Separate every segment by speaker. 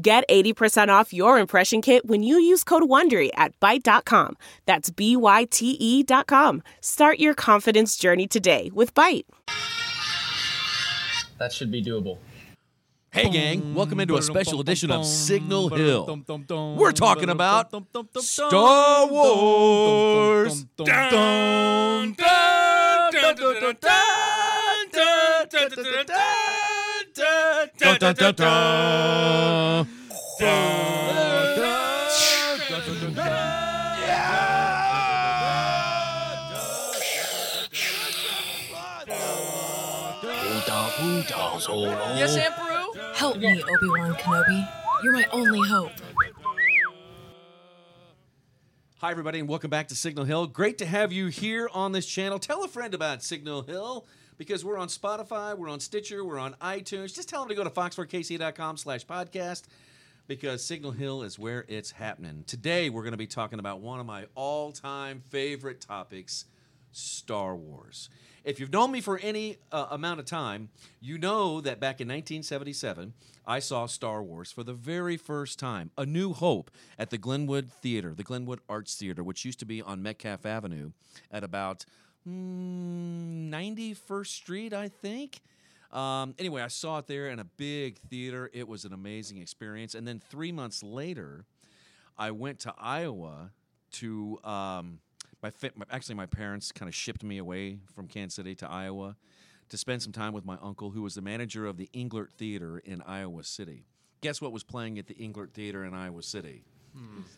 Speaker 1: Get 80% off your impression kit when you use code WONDERY at Byte.com. That's B-Y-T-E E dot com. Start your confidence journey today with Byte.
Speaker 2: That should be doable.
Speaker 3: Hey, gang, welcome into a special edition of Signal Hill. We're talking about Star Wars. Dun, dun, dun, dun, dun, dun, dun, dun.
Speaker 4: Help me, Obi Wan Kenobi. You're my only hope.
Speaker 3: Hi, everybody, and welcome back to Signal Hill. Great to have you here on this channel. Tell a friend about Signal Hill because we're on Spotify, we're on Stitcher, we're on iTunes. Just tell them to go to fox4kc.com slash podcast because Signal Hill is where it's happening. Today, we're going to be talking about one of my all time favorite topics Star Wars. If you've known me for any uh, amount of time, you know that back in 1977, I saw Star Wars for the very first time, A New Hope, at the Glenwood Theater, the Glenwood Arts Theater, which used to be on Metcalf Avenue at about mm, 91st Street, I think. Um, anyway, I saw it there in a big theater. It was an amazing experience. And then three months later, I went to Iowa to um, my, fa- my actually my parents kind of shipped me away from Kansas City to Iowa to spend some time with my uncle who was the manager of the Englert Theater in Iowa City. Guess what was playing at the Englert Theater in Iowa City?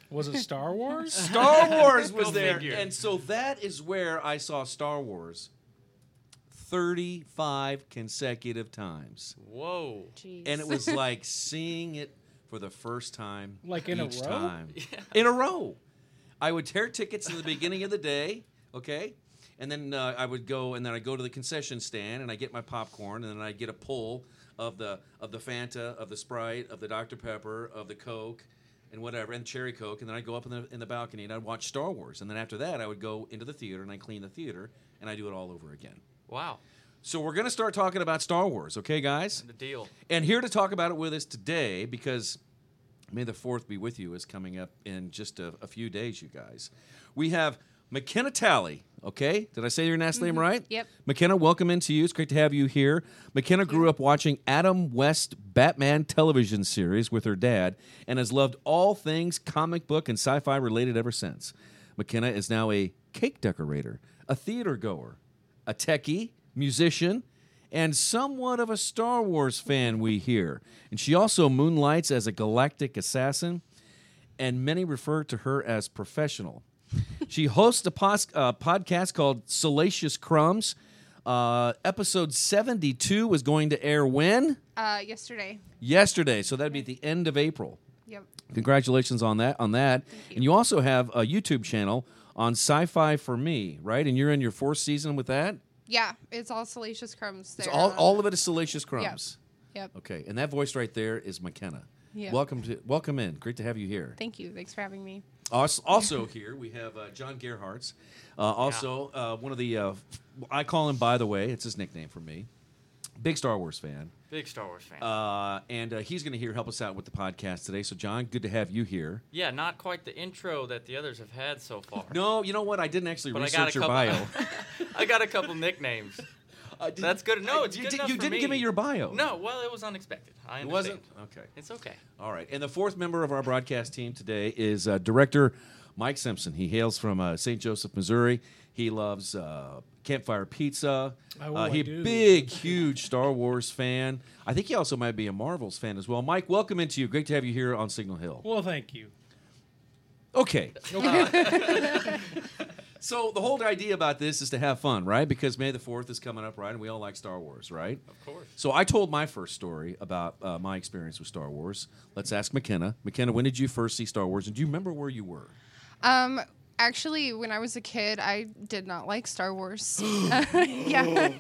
Speaker 5: Was it Star Wars?
Speaker 3: Star Wars was there. And so that is where I saw Star Wars 35 consecutive times.
Speaker 6: Whoa.
Speaker 3: And it was like seeing it for the first time.
Speaker 5: Like in a
Speaker 3: each
Speaker 5: row?
Speaker 3: Time. In a row. I would tear tickets in the beginning of the day, okay? And then uh, I would go, and then I'd go to the concession stand and I get my popcorn, and then I'd get a pull of the of the Fanta, of the Sprite, of the Dr. Pepper, of the Coke, and whatever, and cherry Coke. And then I'd go up in the, in the balcony and I'd watch Star Wars. And then after that, I would go into the theater and I'd clean the theater, and I do it all over again.
Speaker 6: Wow.
Speaker 3: So we're going to start talking about Star Wars, okay, guys?
Speaker 6: The deal.
Speaker 3: And here to talk about it with us today, because May the 4th be with you is coming up in just a, a few days, you guys. We have McKenna Talley, okay? Did I say your last name right?
Speaker 7: Yep.
Speaker 3: McKenna, welcome into you. It's great to have you here. McKenna grew up watching Adam West Batman television series with her dad and has loved all things comic book and sci fi related ever since. McKenna is now a cake decorator, a theater goer, a techie, musician, and somewhat of a Star Wars fan, we hear. And she also moonlights as a galactic assassin, and many refer to her as professional. she hosts a pos- uh, podcast called Salacious Crumbs. Uh, episode 72 was going to air when?
Speaker 7: Uh, yesterday.
Speaker 3: Yesterday. So that'd be at the end of April.
Speaker 7: Yep.
Speaker 3: Congratulations on that. On that, and you also have a YouTube channel on Sci-Fi for Me, right? And you're in your fourth season with that.
Speaker 7: Yeah, it's all salacious crumbs.
Speaker 3: It's
Speaker 7: there. Um,
Speaker 3: all, all of it is salacious crumbs.
Speaker 7: Yep.
Speaker 3: Okay, and that voice right there is McKenna.
Speaker 7: Yeah.
Speaker 3: Welcome to welcome in. Great to have you here.
Speaker 7: Thank you. Thanks for having me.
Speaker 3: Also, also here we have uh, John Gerhards, uh, also uh, one of the uh, I call him by the way. It's his nickname for me. Big Star Wars fan,
Speaker 6: Big Star Wars fan.
Speaker 3: uh, and uh, he's going to here help us out with the podcast today. So John, good to have you here.
Speaker 6: yeah, not quite the intro that the others have had so far.
Speaker 3: No, you know what? I didn't actually
Speaker 6: But I got
Speaker 3: research
Speaker 6: a
Speaker 3: your bio.
Speaker 6: couple- I got a couple nicknames.
Speaker 3: I did-
Speaker 6: That's good. No,
Speaker 3: I-
Speaker 6: it's
Speaker 3: you
Speaker 6: good
Speaker 3: did-
Speaker 6: enough
Speaker 3: you
Speaker 6: for
Speaker 3: didn't give me your bio.
Speaker 6: No, well, it was unexpected. I
Speaker 3: Oh. It
Speaker 6: understand.
Speaker 3: wasn't okay.
Speaker 6: It's okay.
Speaker 3: All right. And the fourth member of our broadcast team today is uh, director Mike Simpson. He hails from uh, St. Joseph, Missouri. He loves uh, Campfire Pizza.
Speaker 5: Oh,
Speaker 3: uh,
Speaker 5: I
Speaker 3: he
Speaker 5: do.
Speaker 3: big, huge Star Wars fan. I think he also might be a Marvels fan as well. Mike, welcome into you. Great to have you here on Signal Hill.
Speaker 5: well, thank you.
Speaker 3: Okay. So the whole idea about this is to have fun, right? Because May the Fourth is coming up, right? And we all like Star Wars, right?
Speaker 6: Of course.
Speaker 3: So I told my first story about uh, my experience with Star Wars. Let's ask McKenna. McKenna, when did you first see Star Wars, and do you remember where you were?
Speaker 7: Um, actually, when I was a kid, I did not like Star Wars. yeah.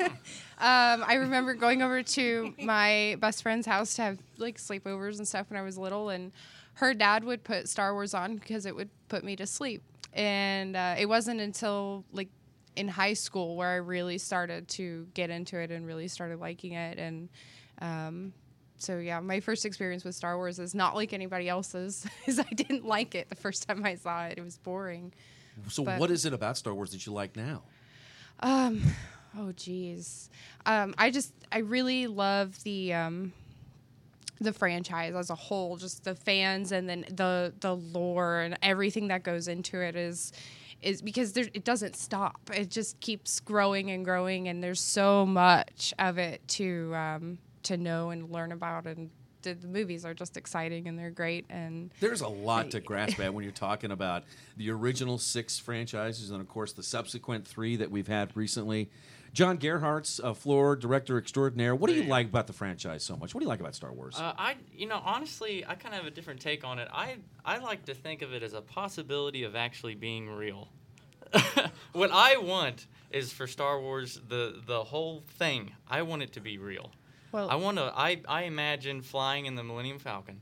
Speaker 7: um, I remember going over to my best friend's house to have like sleepovers and stuff when I was little, and her dad would put Star Wars on because it would put me to sleep. And uh, it wasn't until like in high school where I really started to get into it and really started liking it and. Um, so yeah, my first experience with Star Wars is not like anybody else's, is I didn't like it the first time I saw it. It was boring.
Speaker 3: So
Speaker 7: But-
Speaker 3: what is it about Star Wars that you like now?
Speaker 7: Um, oh geez, um, I just I really love the um, the franchise as a whole, just the fans and then the the lore and everything that goes into it is is because there, it doesn't stop. It just keeps growing and growing, and there's so much of it to um, to know and learn about. And the, the movies are just exciting and they're great. And
Speaker 3: There's a lot to grasp at when you're talking about the original six franchises and, of course, the subsequent three that we've had recently. John Gerhardt's uh, floor director extraordinaire. What do you like about the franchise so much? What do you like about Star Wars?
Speaker 6: Uh, I, you know, honestly, I kind of have a different take on it. I, I like to think of it as a possibility of actually being real. what I want is for Star Wars, the the whole thing. I want it to be real.
Speaker 7: Well-
Speaker 6: I want to. I, I imagine flying in the Millennium Falcon,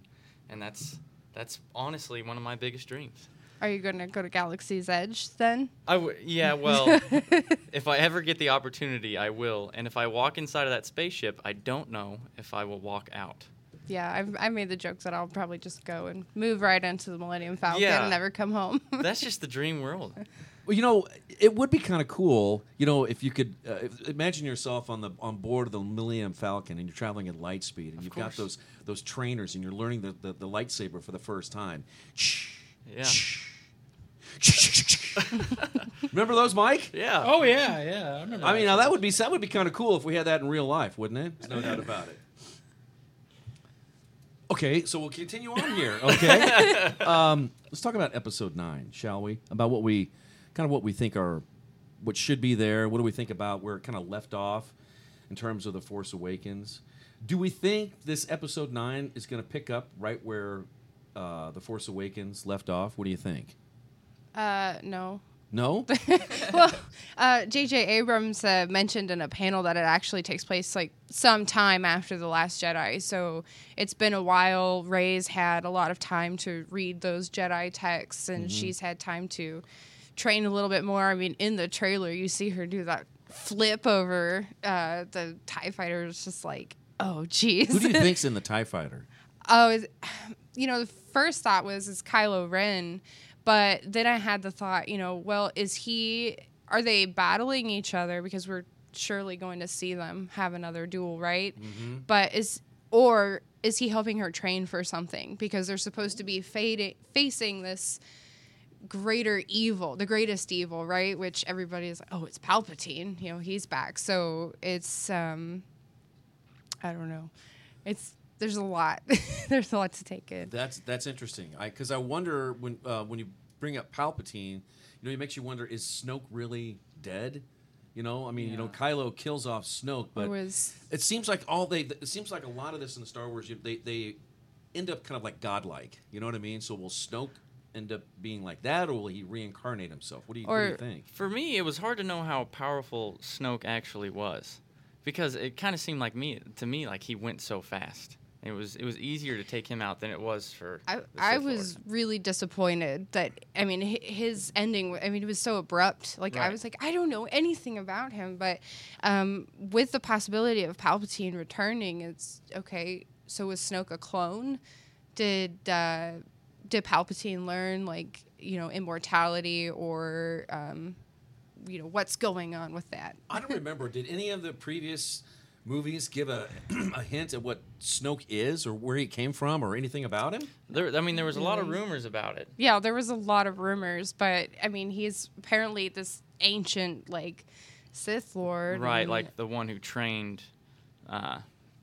Speaker 6: and that's that's honestly one of my biggest dreams.
Speaker 7: are you going to go to Galaxy's Edge then?
Speaker 6: I w- yeah, well, if I ever get the opportunity, I will. And if I walk inside of that spaceship, I don't know if I will walk out.
Speaker 7: Yeah, I've, I made the joke that I'll probably just go and move right into the Millennium Falcon
Speaker 6: Yeah.
Speaker 7: and never come home.
Speaker 6: That's just the dream world.
Speaker 3: Well, you know, it would be kind of cool, you know, if you could uh, if, imagine yourself on the on board of the Millennium Falcon and you're traveling at light speed and you've got
Speaker 6: course.
Speaker 3: those those trainers and you're learning the, the, the lightsaber for the first time.
Speaker 6: Yeah.
Speaker 3: Remember those, Mike?
Speaker 6: Yeah.
Speaker 5: Oh yeah, yeah. I remember.
Speaker 3: I mean, now that would be that would be kind of cool if we had that in real life, wouldn't it? There's no doubt about it. Okay, so we'll continue on here. Okay, um, let's talk about episode nine, shall we? About what we, kind of what we think are, what should be there. What do we think about where it kind of left off, in terms of the Force Awakens? Do we think this episode nine is going to pick up right where uh, the Force Awakens left off? What do you think?
Speaker 7: uh, no.
Speaker 3: No,
Speaker 7: Well, uh, J.J. Abrams uh, mentioned in a panel that it actually takes place like some time after The Last Jedi. So it's been a while. Ray's had a lot of time to read those Jedi texts, and
Speaker 3: Mm-hmm.
Speaker 7: she's had time to train a little bit more. I mean, in the trailer, you see her do that flip over uh, the TIE fighter. It's just like, oh, geez.
Speaker 3: who do you think's in the Tie Fighter?
Speaker 7: Oh, is, you know, the first thought was is Kylo Ren, but then I had the thought, you know, well, is he? Are they battling each other because we're surely going to see them have another duel, right? But is or is he helping her train for something because they're supposed to be fading, facing this greater evil, the greatest evil, right? Which everybody is like, oh, it's Palpatine, you know, he's back. So it's um, I don't know, it's there's a lot, there's a lot to take in.
Speaker 3: That's that's interesting. I because I wonder when uh, when you bring up Palpatine, you know, it makes you wonder: is Snoke really dead? You know, I mean, you know, Kylo kills off Snoke, but
Speaker 7: It was-
Speaker 3: it seems like all they it seems like a lot of this in the Star Wars you- they they end up kind of like godlike. You know what I mean? So will Snoke end up being like that, or will he reincarnate himself? What do you, what do you
Speaker 7: Or-
Speaker 3: think?
Speaker 6: For me, it was hard to know how powerful Snoke actually was, because it kind of seemed like me to me like he went so fast. It was it was easier to take him out than it was for.
Speaker 7: I,
Speaker 6: the Sith
Speaker 7: I
Speaker 6: Lord.
Speaker 7: was really disappointed that I mean hi- his ending. I mean it was so abrupt. Like I
Speaker 6: Right.
Speaker 7: was like I don't know anything about him, but um, with the possibility of Palpatine returning, it's okay. So was Snoke a clone? Did uh, did Palpatine learn like you know immortality or um, you know what's going on with that?
Speaker 3: I don't remember. Did any of the previous movies give a a hint at what Snoke is, or where he came from, or anything about him?
Speaker 6: There, I mean, there was a
Speaker 7: Mm-hmm.
Speaker 6: lot of rumors about it.
Speaker 7: Yeah, there was a lot of rumors, but I mean he's apparently this ancient like Sith Lord,
Speaker 6: Right,
Speaker 7: and-
Speaker 6: like the one who trained uh,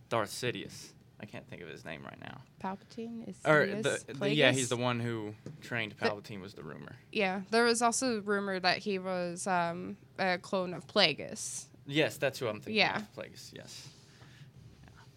Speaker 6: Darth Sidious. I I can't think of his name right now.
Speaker 7: Palpatine is.
Speaker 6: Or
Speaker 7: Sidious?
Speaker 6: the, the- yeah,
Speaker 7: Plagueis?
Speaker 6: he's the one who trained Palpatine was the rumor.
Speaker 7: Yeah, there was also rumor that he was um, a clone of Plagueis.
Speaker 6: Yes, that's who I'm thinking.
Speaker 7: Yeah.
Speaker 6: of, Plagueis. Yes.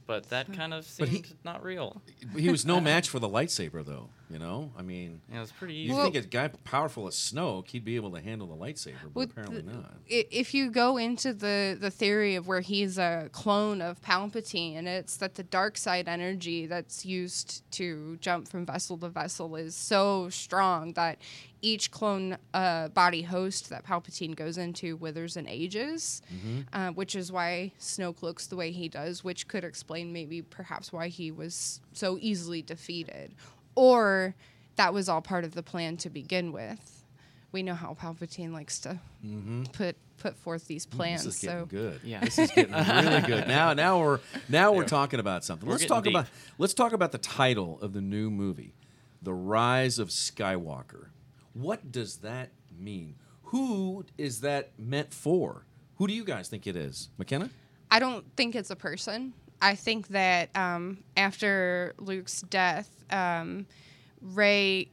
Speaker 6: But that kind of
Speaker 3: But
Speaker 6: seemed
Speaker 3: he-
Speaker 6: not real.
Speaker 3: He was no match for the lightsaber, though. You know, I mean,
Speaker 6: It was pretty easy.
Speaker 3: you think a guy powerful as Snoke, he'd be able to handle the lightsaber, but
Speaker 7: Well,
Speaker 3: apparently not.
Speaker 7: I- If you go into the, the theory of where he's a clone of Palpatine, it's that the dark side energy that's used to jump from vessel to vessel is so strong that each clone uh, body host that Palpatine goes into withers and ages,
Speaker 6: Mm-hmm.
Speaker 7: uh, which is why Snoke looks the way he does, which could explain maybe perhaps why he was so easily defeated. Or that was all part of the plan to begin with. We know how Palpatine likes to put put forth these plans.
Speaker 3: Mm-hmm. This is getting
Speaker 7: so
Speaker 3: good.
Speaker 6: Yeah.
Speaker 3: this is getting really good. Now, now we're now we're talking about something. let's
Speaker 6: getting
Speaker 3: talk
Speaker 6: deep.
Speaker 3: about let's talk about the title of the new movie, The Rise of Skywalker. What does that mean? Who is that meant for? Who do you guys think it is, McKenna?
Speaker 7: I don't think it's a person. I think that um, after Luke's death, um, Ray,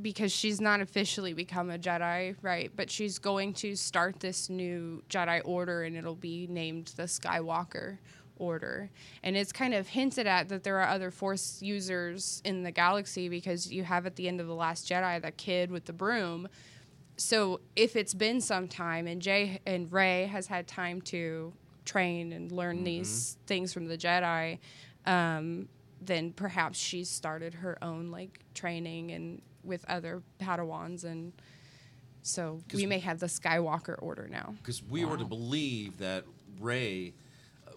Speaker 7: because she's not officially become a Jedi, right? But she's going to start this new Jedi Order, and it'll be named the Skywalker Order. And it's kind of hinted at that there are other Force users in the galaxy because you have at the end of the Last Jedi that kid with the broom so if it's been some time and Jay and Ray has had time to train and learn
Speaker 6: Mm-hmm.
Speaker 7: these things from the Jedi, um, then perhaps she's started her own like training and with other Padawans and so we may have the Skywalker order now.
Speaker 3: Because we were to believe that Ray, uh,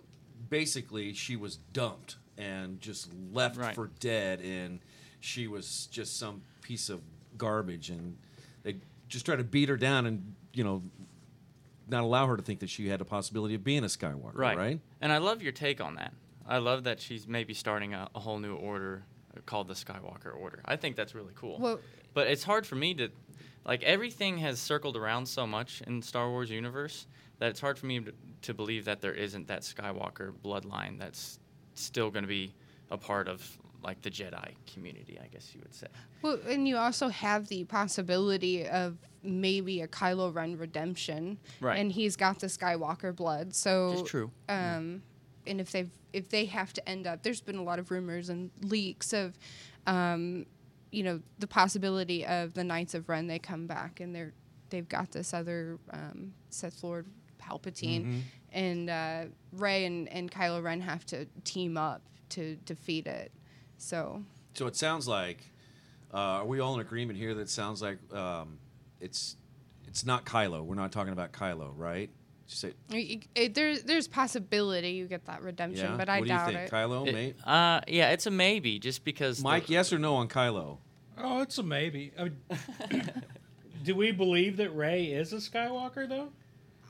Speaker 3: basically, she was dumped and just left
Speaker 6: Right.
Speaker 3: for dead, and she was just some piece of garbage, and they just tried to beat her down and you know not allow her to think that she had a possibility of being a Skywalker, right?
Speaker 6: And I love your take on that. I love that she's maybe starting a, a whole new order uh, called the Skywalker Order. I think that's really cool.
Speaker 7: Well-
Speaker 6: but it's hard for me to, like, everything has circled around so much in Star Wars universe that it's hard for me to, to believe that there isn't that Skywalker bloodline that's still going to be a part of like the Jedi community. I guess you would say.
Speaker 7: Well, and you also have the possibility of maybe a Kylo Ren redemption,
Speaker 6: Right.
Speaker 7: And he's got the Skywalker blood, so
Speaker 6: It's true.
Speaker 7: um, and if they've if they have to end up there's been a lot of rumors and leaks of um, you know the possibility of the knights of ren they come back and they're they've got this other um, seth lord palpatine
Speaker 3: Mm-hmm.
Speaker 7: and uh, ray and, and kylo ren have to team up to defeat it so
Speaker 3: So it sounds like uh, are we all in agreement here that it sounds like um, it's it's not Kylo. We're not talking about Kylo, right? Just say,
Speaker 7: y- y- it, there, there's possibility you get that redemption
Speaker 3: yeah.
Speaker 7: but i
Speaker 3: what
Speaker 7: doubt
Speaker 3: do you think,
Speaker 7: it
Speaker 3: Kylo?
Speaker 6: It-
Speaker 3: mate?
Speaker 6: uh, yeah, it's a maybe just because. the-
Speaker 3: Mike, yes or no on Kylo?
Speaker 5: Oh, it's a maybe. I mean, do we believe that Ray is a Skywalker though?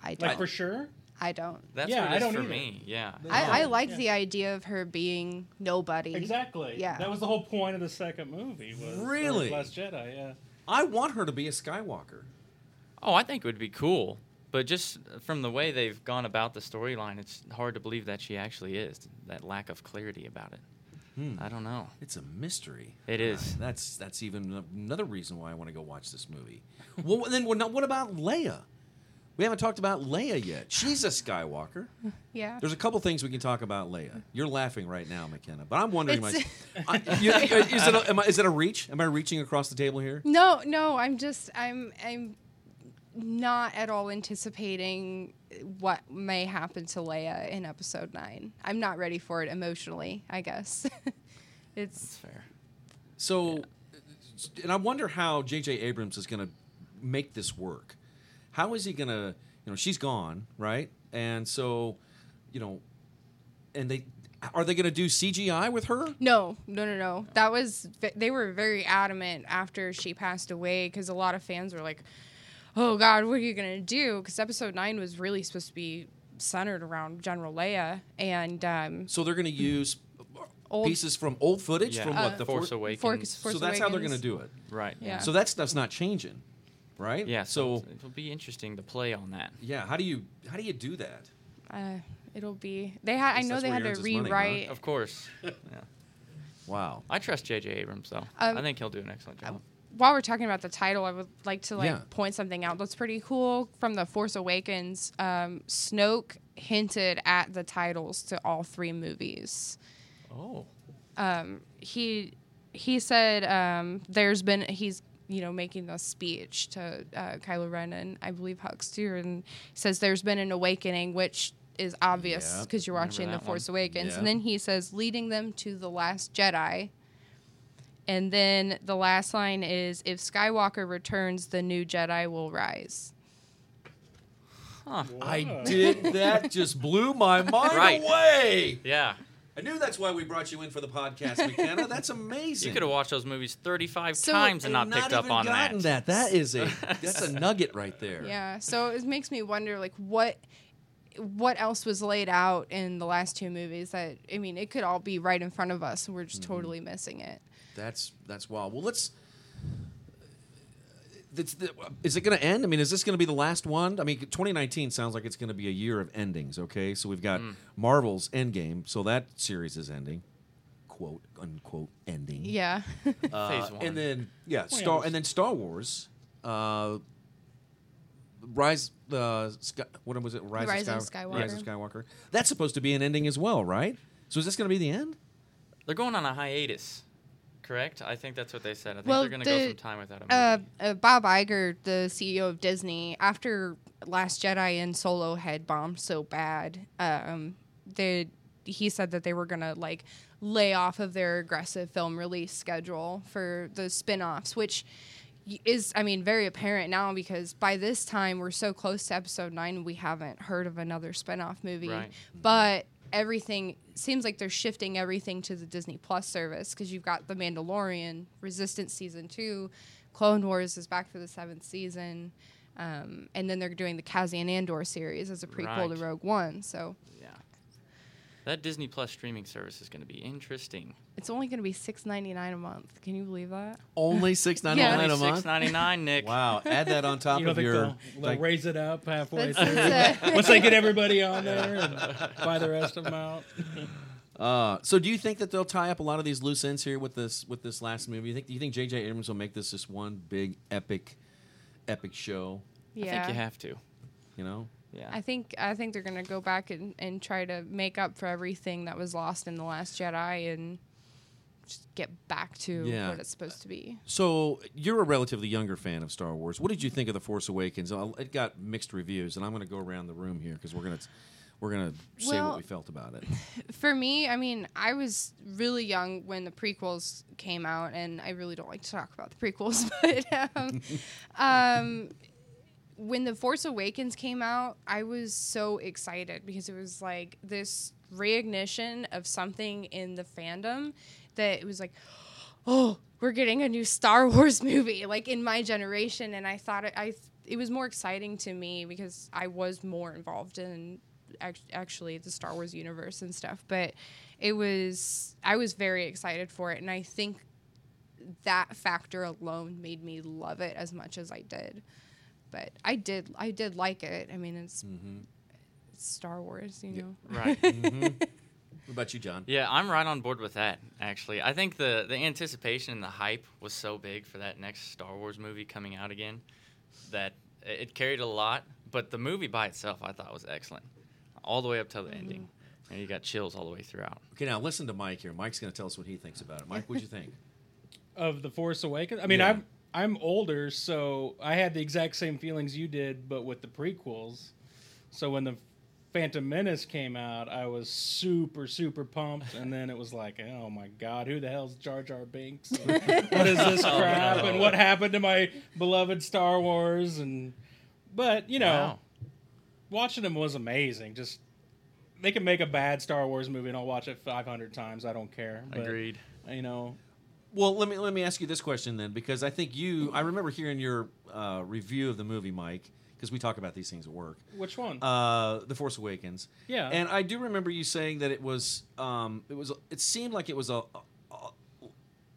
Speaker 7: I
Speaker 5: Like
Speaker 7: don't
Speaker 5: for sure?
Speaker 7: i don't
Speaker 6: That's
Speaker 5: Yeah,
Speaker 6: what it
Speaker 5: I
Speaker 6: is
Speaker 5: don't
Speaker 6: for
Speaker 5: either.
Speaker 6: me. Yeah.
Speaker 7: I, I
Speaker 5: Yeah.
Speaker 7: like
Speaker 5: Yeah.
Speaker 7: the idea of her being nobody.
Speaker 5: Exactly.
Speaker 7: Yeah.
Speaker 5: That was the whole point of the second movie. Was or
Speaker 3: Really?
Speaker 5: Last Jedi. Yeah.
Speaker 3: I want her to be a Skywalker.
Speaker 6: Oh, I think it would be cool. But just from the way they've gone about the storyline, it's hard to believe that she actually is. That lack of clarity about it.
Speaker 3: Hmm.
Speaker 6: I don't know.
Speaker 3: It's a mystery.
Speaker 6: It is.
Speaker 3: Ah, that's that's even another reason why I want to go watch this movie. well, then we're not, what about Leia? We haven't talked about Leia yet. She's a Skywalker.
Speaker 7: Yeah.
Speaker 3: There's a couple things we can talk about Leia. You're laughing right now, McKenna, but I'm wondering,
Speaker 7: It's-
Speaker 3: like, I, you- is, it a, am I, is it a reach? Am I reaching across the table here?
Speaker 7: No, no, I'm just I'm I'm not at all anticipating what may happen to Leia in episode 9. I'm not ready for it emotionally, I guess. it's
Speaker 6: It's fair.
Speaker 3: So, and I wonder how J.J. Abrams is going to make this work. How is he going to, you know, she's gone, right? And so, you know, and they are they going to do CGI with her?
Speaker 7: no, no, no, no. That was they were very adamant after she passed away cuz a lot of fans were like, "Oh god, what are you going to do?" cuz episode 9 was really supposed to be centered around General Leia and um
Speaker 3: So they're going to use
Speaker 7: Old-
Speaker 3: pieces from old footage
Speaker 6: Yeah.
Speaker 3: from
Speaker 6: Uh,
Speaker 3: what the
Speaker 6: Force
Speaker 3: four-
Speaker 6: Awakens.
Speaker 7: Force
Speaker 3: so that's how they're going to
Speaker 7: Awakens.
Speaker 3: do it.
Speaker 6: Right.
Speaker 7: Yeah.
Speaker 3: So that stuff's not changing, right?
Speaker 6: Yeah. So,
Speaker 3: So
Speaker 6: it's- it'll be interesting to play on that.
Speaker 3: yeah, how do you how do you do that?
Speaker 7: Uh, it'll be. They had. I
Speaker 3: guess
Speaker 7: know
Speaker 3: that's
Speaker 7: they
Speaker 3: where
Speaker 7: had
Speaker 3: he
Speaker 7: to
Speaker 3: earns his money, huh?
Speaker 7: rewrite.
Speaker 6: Of course. yeah.
Speaker 3: Wow.
Speaker 6: I trust J.J. Abrams, though.
Speaker 7: Um,
Speaker 6: I think he'll do an excellent job.
Speaker 7: While we're talking about the title, I would like to like
Speaker 3: Yeah.
Speaker 7: point something out that's pretty cool from the Force Awakens. Um, Snoke hinted at the titles to all three movies.
Speaker 6: oh.
Speaker 7: he he said um, there's been he's you know making a speech to uh, Kylo Ren and I believe Hux too, and says there's been an awakening, which is obvious
Speaker 3: Yep,
Speaker 7: because you're
Speaker 6: remember
Speaker 7: watching The
Speaker 6: that one.
Speaker 7: Force Awakens,
Speaker 3: Yeah.
Speaker 7: and then he says leading them to the Last Jedi. And then the last line is if Skywalker returns, the new Jedi will rise.
Speaker 3: I
Speaker 5: Whoa.
Speaker 3: did that. Just blew my mind
Speaker 6: Right.
Speaker 3: away.
Speaker 6: Yeah.
Speaker 3: I knew that's why we brought you in for the podcast, McKenna. That's amazing.
Speaker 6: You could have watched those movies 35
Speaker 7: So-
Speaker 6: times and not
Speaker 3: I've
Speaker 6: picked up
Speaker 3: even
Speaker 6: on
Speaker 3: gotten that. That is a that's a nugget right there.
Speaker 7: Yeah. So it makes me wonder, like, what what else was laid out in the last two movies that I mean, it could all be right in front of us, and we're just totally missing it.
Speaker 3: That's that's wild. Well, let's. That's the, is it going to end? I mean, is this going to be the last one? I mean, 2019 sounds like it's going to be a year of endings. Okay, so we've
Speaker 6: Mm.
Speaker 3: got Marvel's Endgame, so that series is ending, quote unquote ending.
Speaker 7: Yeah.
Speaker 3: Uh,
Speaker 6: Phase one.
Speaker 3: and then yeah, Star,
Speaker 5: yeah.
Speaker 3: and then Star Wars, uh, Rise, uh, Sky, what was it? Rise,
Speaker 7: Rise
Speaker 3: of,
Speaker 7: of
Speaker 3: Sky-
Speaker 7: Skywalker.
Speaker 3: Rise of Skywalker. That's supposed to be an ending as well, right? So is this going to be the end?
Speaker 6: They're going on a hiatus, correct? I think that's what they said. I think
Speaker 7: Well,
Speaker 6: they're going to go
Speaker 7: the-
Speaker 6: some time without a
Speaker 7: uh,
Speaker 6: movie.
Speaker 7: uh, Bob Iger, the CEO of Disney, after Last Jedi and Solo had bombed so bad, um, they he said that they were gonna like lay off of their aggressive film release schedule for the spin-offs, which y- is I mean very apparent now because by this time we're so close to episode 9 we haven't heard of another spin-off movie
Speaker 6: Right.
Speaker 7: but everything seems like they're shifting everything to the Disney Plus service because you've got The Mandalorian, Resistance season two, Clone Wars is back for the seventh season, um, and then they're doing the Cassian Andor series as a prequel to
Speaker 6: Right.
Speaker 7: Rogue One. So
Speaker 6: yeah. That Disney Plus streaming service is going to be interesting.
Speaker 7: it's only going to be six ninety nine a month. Can you believe that?
Speaker 3: Only six ninety
Speaker 7: Yeah.
Speaker 3: nine
Speaker 6: Only
Speaker 3: a month.
Speaker 6: six ninety nine, Nick.
Speaker 3: Wow, add that on top
Speaker 5: You don't
Speaker 3: of
Speaker 5: think
Speaker 3: your
Speaker 5: they'll, they'll
Speaker 3: like,
Speaker 5: raise it up
Speaker 6: Oh,
Speaker 5: halfway
Speaker 7: That's,
Speaker 5: through?
Speaker 7: that's a-
Speaker 5: Once they get everybody on there and buy the rest of them out.
Speaker 3: uh, so do you think that they'll tie up a lot of these loose ends here with this with this last movie? You think do you think JJ Abrams will make this just one big epic epic show,
Speaker 6: I
Speaker 7: yeah.
Speaker 6: think you have to.
Speaker 3: you know?
Speaker 6: Yeah.
Speaker 7: I think I think they're gonna go back and, and try to make up for everything that was lost in the Last Jedi and just get back to
Speaker 3: Yeah.
Speaker 7: what it's supposed to be.
Speaker 3: So you're a relatively younger fan of Star Wars. What did you think of The Force Awakens? Uh, It got mixed reviews and I'm going to go around the room here cuz we're going to we're going to say what
Speaker 7: Well-
Speaker 3: we felt about it.
Speaker 7: for me, I mean, I was really young when the prequels came out, and I really don't like to talk about the prequels, but um, um, when The Force Awakens came out, I was so excited because it was like this reignition of something in the fandom that it was like, oh, we're getting a new Star Wars movie, like in my generation. And I thought it, I, it was more exciting to me because I was more involved in act- actually the Star Wars universe and stuff. But it was, I was very excited for it. And I think that factor alone made me love it as much as I did. But I did, I did like it. I mean, it's, it's Star Wars, you know.
Speaker 6: right.
Speaker 3: What about you, John?
Speaker 6: Yeah, I'm right on board with that. Actually, I think the the anticipation and the hype was so big for that next Star Wars movie coming out again that i- it carried a lot. But the movie by itself, I thought was excellent, all the way up till the ending, and you got chills all the way throughout.
Speaker 3: Okay, now listen to Mike here. Mike's going to tell us what he thinks about it. Mike, what'd you think?
Speaker 5: Of The Force Awakens? I mean,
Speaker 3: Yeah.
Speaker 5: I'm I'm older, so I had the exact same feelings you did, but with the prequels. So when the Phantom Menace came out, I was super, super pumped, and then it was like, oh my god, who the hell's Jar Jar Binks? And what is this crap? And what happened to my beloved Star Wars? And but you know,
Speaker 6: Wow.
Speaker 5: watching them was amazing. Just they can make a bad Star Wars movie, and I'll watch it 500 times. I don't care. But,
Speaker 6: Agreed.
Speaker 5: You know,
Speaker 3: Well, let me let me ask you this question then, because I think you I remember hearing your uh, review of the movie, Mike, because we talk about these things at work.
Speaker 5: which one?
Speaker 3: Uh, the Force Awakens.
Speaker 5: Yeah.
Speaker 3: and I do remember you saying that it was um, it was it seemed like it was a, a-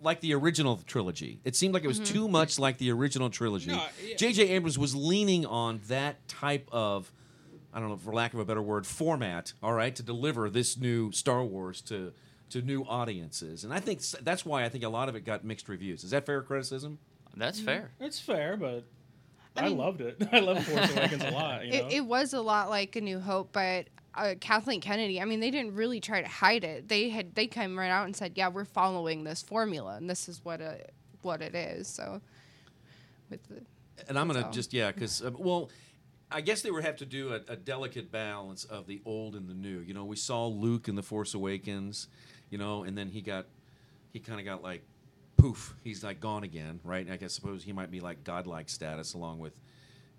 Speaker 3: like the original trilogy. It seemed like it was too much like the original trilogy.
Speaker 5: No, Mm-hmm. yeah.
Speaker 3: J.J. Abrams was leaning on that type of I don't know, for lack of a better word, format, all right, to deliver this new Star Wars to to new audiences. And I think s- that's why I think a lot of it got mixed reviews. Is that fair criticism?
Speaker 6: That's fair.
Speaker 5: It's fair, but
Speaker 7: I
Speaker 5: I,
Speaker 7: mean-
Speaker 5: loved it. I love Force Awakens a lot. You know?
Speaker 7: It, it was a lot like A New Hope, but uh, Kathleen Kennedy. I mean, they didn't really try to hide it. They had they came right out and said, "Yeah, we're following this formula, and this is what it what it is." So, with the,
Speaker 3: and I'm gonna
Speaker 7: So.
Speaker 3: just yeah, because uh, well, I guess they would have to do a, a delicate balance of the old and the new. You know, we saw Luke in the Force Awakens, you know, and then he got he kind of got like poof, he's like gone again, right? And I guess suppose he might be like godlike status along with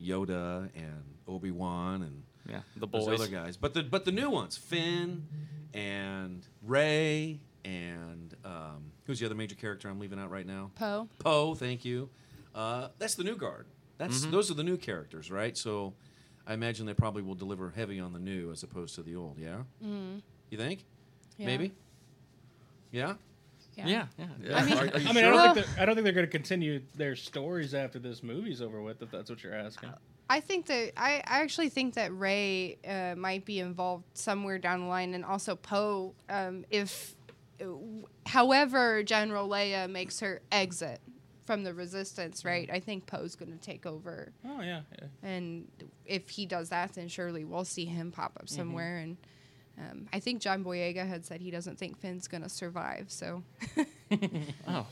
Speaker 3: Yoda and Obi Wan and
Speaker 6: Yeah, the
Speaker 3: those
Speaker 6: boys.
Speaker 3: other guys, but the but the new ones, Finn and Ray and um, who's the other major character I'm leaving out right now?
Speaker 7: Poe.
Speaker 3: Poe, thank you. Uh, that's the new guard. That's
Speaker 6: Mm-hmm.
Speaker 3: those are the new characters, right? So, I imagine they probably will deliver heavy on the new as opposed to the old. Yeah. Mm. You think?
Speaker 7: Mm-hmm. Yeah.
Speaker 3: Maybe. Yeah.
Speaker 6: Yeah, yeah.
Speaker 3: I mean, are, are you
Speaker 5: I mean, I
Speaker 3: sure?
Speaker 5: don't
Speaker 7: Well-
Speaker 5: think they're, I don't think they're going to continue their stories after this movie's over with. If that's what you're asking.
Speaker 7: I think that I, I actually think that Ray uh, might be involved somewhere down the line, and also Poe. Um, if, however, General Leia makes her exit from the Resistance, right? I think Poe's going to take over,
Speaker 5: Oh yeah, yeah.
Speaker 7: and if he does that, then surely we'll see him pop up somewhere. And um, I think John Boyega had said he doesn't think Finn's going to survive, so
Speaker 6: Oh, well,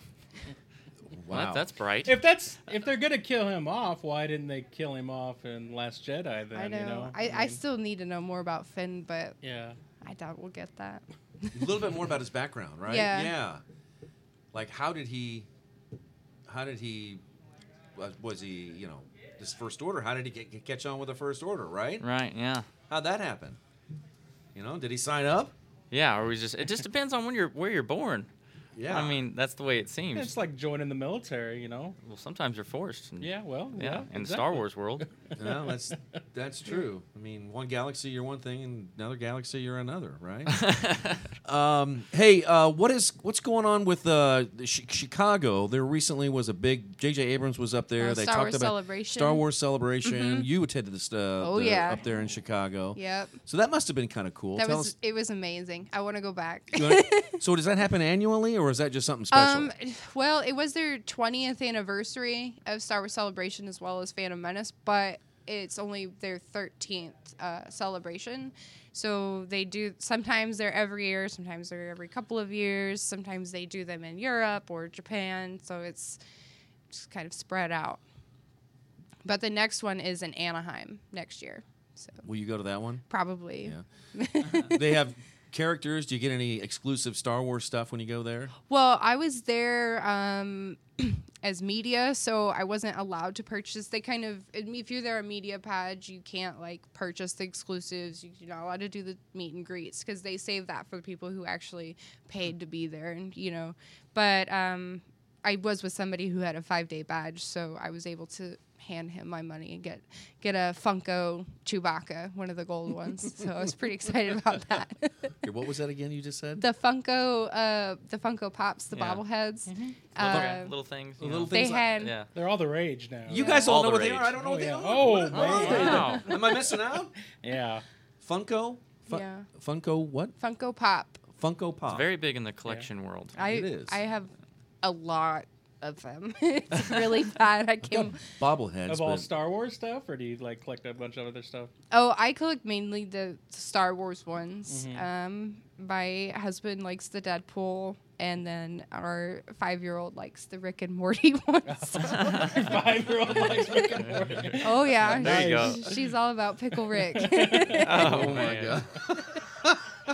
Speaker 3: wow.
Speaker 6: that- that's bright.
Speaker 5: If that's if they're going to kill him off, why didn't they kill him off in Last Jedi? Then
Speaker 7: I know.
Speaker 5: you know.
Speaker 7: I, I
Speaker 5: mean,
Speaker 7: still need to know more about Finn, but
Speaker 5: yeah.
Speaker 7: I doubt we'll get that.
Speaker 3: a little bit more about his background, right?
Speaker 7: Yeah.
Speaker 3: Like, how did he? How did he? Was, was he? You know, this first order. How did he get, get- catch on with the first order? Right?
Speaker 6: right. Yeah.
Speaker 3: How'd that happen? You know, did he sign up?
Speaker 6: Yeah. Or we just. It just depends on when you're where you're born.
Speaker 3: Yeah.
Speaker 6: I mean, that's the way it seems.
Speaker 5: It's like joining the military, you know.
Speaker 6: well, sometimes you're forced. and-
Speaker 5: Yeah, well,
Speaker 6: Yeah.
Speaker 5: yeah,
Speaker 6: in the
Speaker 5: exactly.
Speaker 6: Star Wars world.
Speaker 3: No, that's that's true. I mean, one galaxy you're one thing, and another galaxy you're another, right? um, hey, uh, what is what's going on with uh, the Chi Chicago? There recently was a big J.J. Abrams was up there.
Speaker 7: Uh,
Speaker 3: they
Speaker 7: Star
Speaker 3: talked
Speaker 7: Wars
Speaker 3: about
Speaker 7: Celebration.
Speaker 3: Star Wars celebration. You attended this. Uh,
Speaker 7: Oh,
Speaker 3: the-
Speaker 7: yeah.
Speaker 3: up there in Chicago.
Speaker 7: Yep.
Speaker 3: So that must have been kind of cool.
Speaker 7: That
Speaker 3: Tell
Speaker 7: was
Speaker 3: us.
Speaker 7: it was amazing. I want to go back.
Speaker 3: you wanna- so does that happen annually, or is that just something special?
Speaker 7: Um, well, it was their 20th anniversary of Star Wars Celebration as well as Phantom Menace, but it's only their 13th uh, celebration. So they do sometimes they're every year, sometimes they're every couple of years, sometimes they do them in Europe or Japan. So it's just kind of spread out. But the next one is in Anaheim next year. So
Speaker 3: Will you go to that one?
Speaker 7: probably.
Speaker 3: Yeah. they have characters. Do you get any exclusive Star Wars stuff when you go there?
Speaker 7: Well, I was there um, as media, so I wasn't allowed to purchase. They kind of, if you're there a media page, you can't like purchase the exclusives. You- You're not allowed to do the meet and greets because they save that for the people who actually paid to be there, and you know. But um, I was with somebody who had a five day badge, so I was able to hand him my money and get get a Funko Chewbacca, one of the gold ones. so I was pretty excited about that.
Speaker 3: Okay, what was that again? You just said.
Speaker 7: the Funko, uh, the Funko Pops, the
Speaker 6: Yeah.
Speaker 7: bobbleheads.
Speaker 3: Mm-hmm.
Speaker 6: Little-
Speaker 7: Uh,
Speaker 6: little things. you
Speaker 3: little
Speaker 6: know.
Speaker 7: they
Speaker 3: things like-
Speaker 7: had
Speaker 6: Yeah.
Speaker 5: They're all the rage now.
Speaker 3: You
Speaker 5: yeah.
Speaker 3: guys all,
Speaker 6: All
Speaker 3: know
Speaker 6: the
Speaker 3: what they are.
Speaker 6: rage.
Speaker 3: I don't know
Speaker 5: Oh,
Speaker 3: what they
Speaker 5: yeah.
Speaker 3: are.
Speaker 5: Oh,
Speaker 3: What are they?
Speaker 6: wow.
Speaker 3: Am I missing out?
Speaker 5: yeah.
Speaker 3: Funko. Fu-
Speaker 7: Yeah.
Speaker 3: Funko what?
Speaker 7: Funko Pop.
Speaker 3: Funko Pop.
Speaker 6: Very big in the collection world.
Speaker 7: I
Speaker 3: It is.
Speaker 7: I have a lot of them. it's really bad. I
Speaker 3: Got
Speaker 7: can
Speaker 3: bobbleheads.
Speaker 5: Of all
Speaker 3: but-
Speaker 5: Star Wars stuff, or do you like collect a bunch of other stuff?
Speaker 7: Oh, I collect mainly the Star Wars ones.
Speaker 6: Mm-hmm.
Speaker 7: Um, my husband likes the Deadpool, and then our five-year-old likes the Rick and Morty ones.
Speaker 5: Five year old likes Rick and Morty.
Speaker 7: oh yeah,
Speaker 6: There you
Speaker 7: She's- she's all about Pickle Rick.
Speaker 6: Oh,
Speaker 3: my God.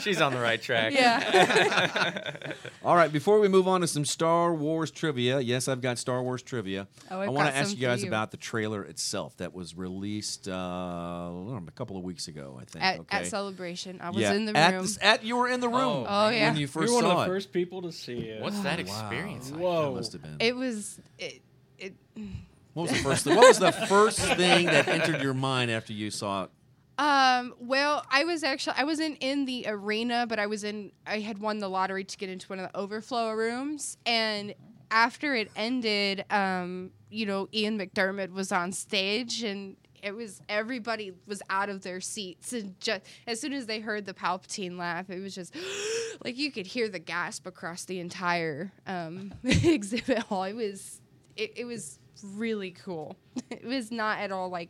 Speaker 6: She's on the right track.
Speaker 7: yeah.
Speaker 3: All right, before we move on to some Star Wars trivia, yes, I've got Star Wars trivia.
Speaker 7: Oh,
Speaker 3: I
Speaker 7: I've
Speaker 3: want
Speaker 7: got
Speaker 3: to ask
Speaker 7: some
Speaker 3: you
Speaker 7: for
Speaker 3: guys
Speaker 7: you.
Speaker 3: about the trailer itself that was released uh, I don't know, a couple of weeks ago, I think.
Speaker 7: At,
Speaker 3: okay.
Speaker 7: at celebration, I was
Speaker 3: yeah.
Speaker 7: in the
Speaker 3: at
Speaker 7: room.
Speaker 3: this- at- you were in the room.
Speaker 6: Oh,
Speaker 7: Oh, yeah.
Speaker 3: When you 1st
Speaker 5: You're one
Speaker 3: saw
Speaker 5: of the
Speaker 3: it.
Speaker 5: first people to see it.
Speaker 6: What's that
Speaker 3: Wow.
Speaker 6: experience like?
Speaker 5: Whoa.
Speaker 3: That must have been.
Speaker 7: it was it, it
Speaker 3: what was the first? Thing, what was the first thing that entered your mind after you saw it?
Speaker 7: Um, well, I was actually I wasn't in the arena, but I was in I had won the lottery to get into one of the overflow rooms and after it ended, um, you know, Ian McDermott was on stage and it was everybody was out of their seats and just as soon as they heard the Palpatine laugh, it was just like you could hear the gasp across the entire um, exhibit hall. It was it, it was really cool. It was not at all like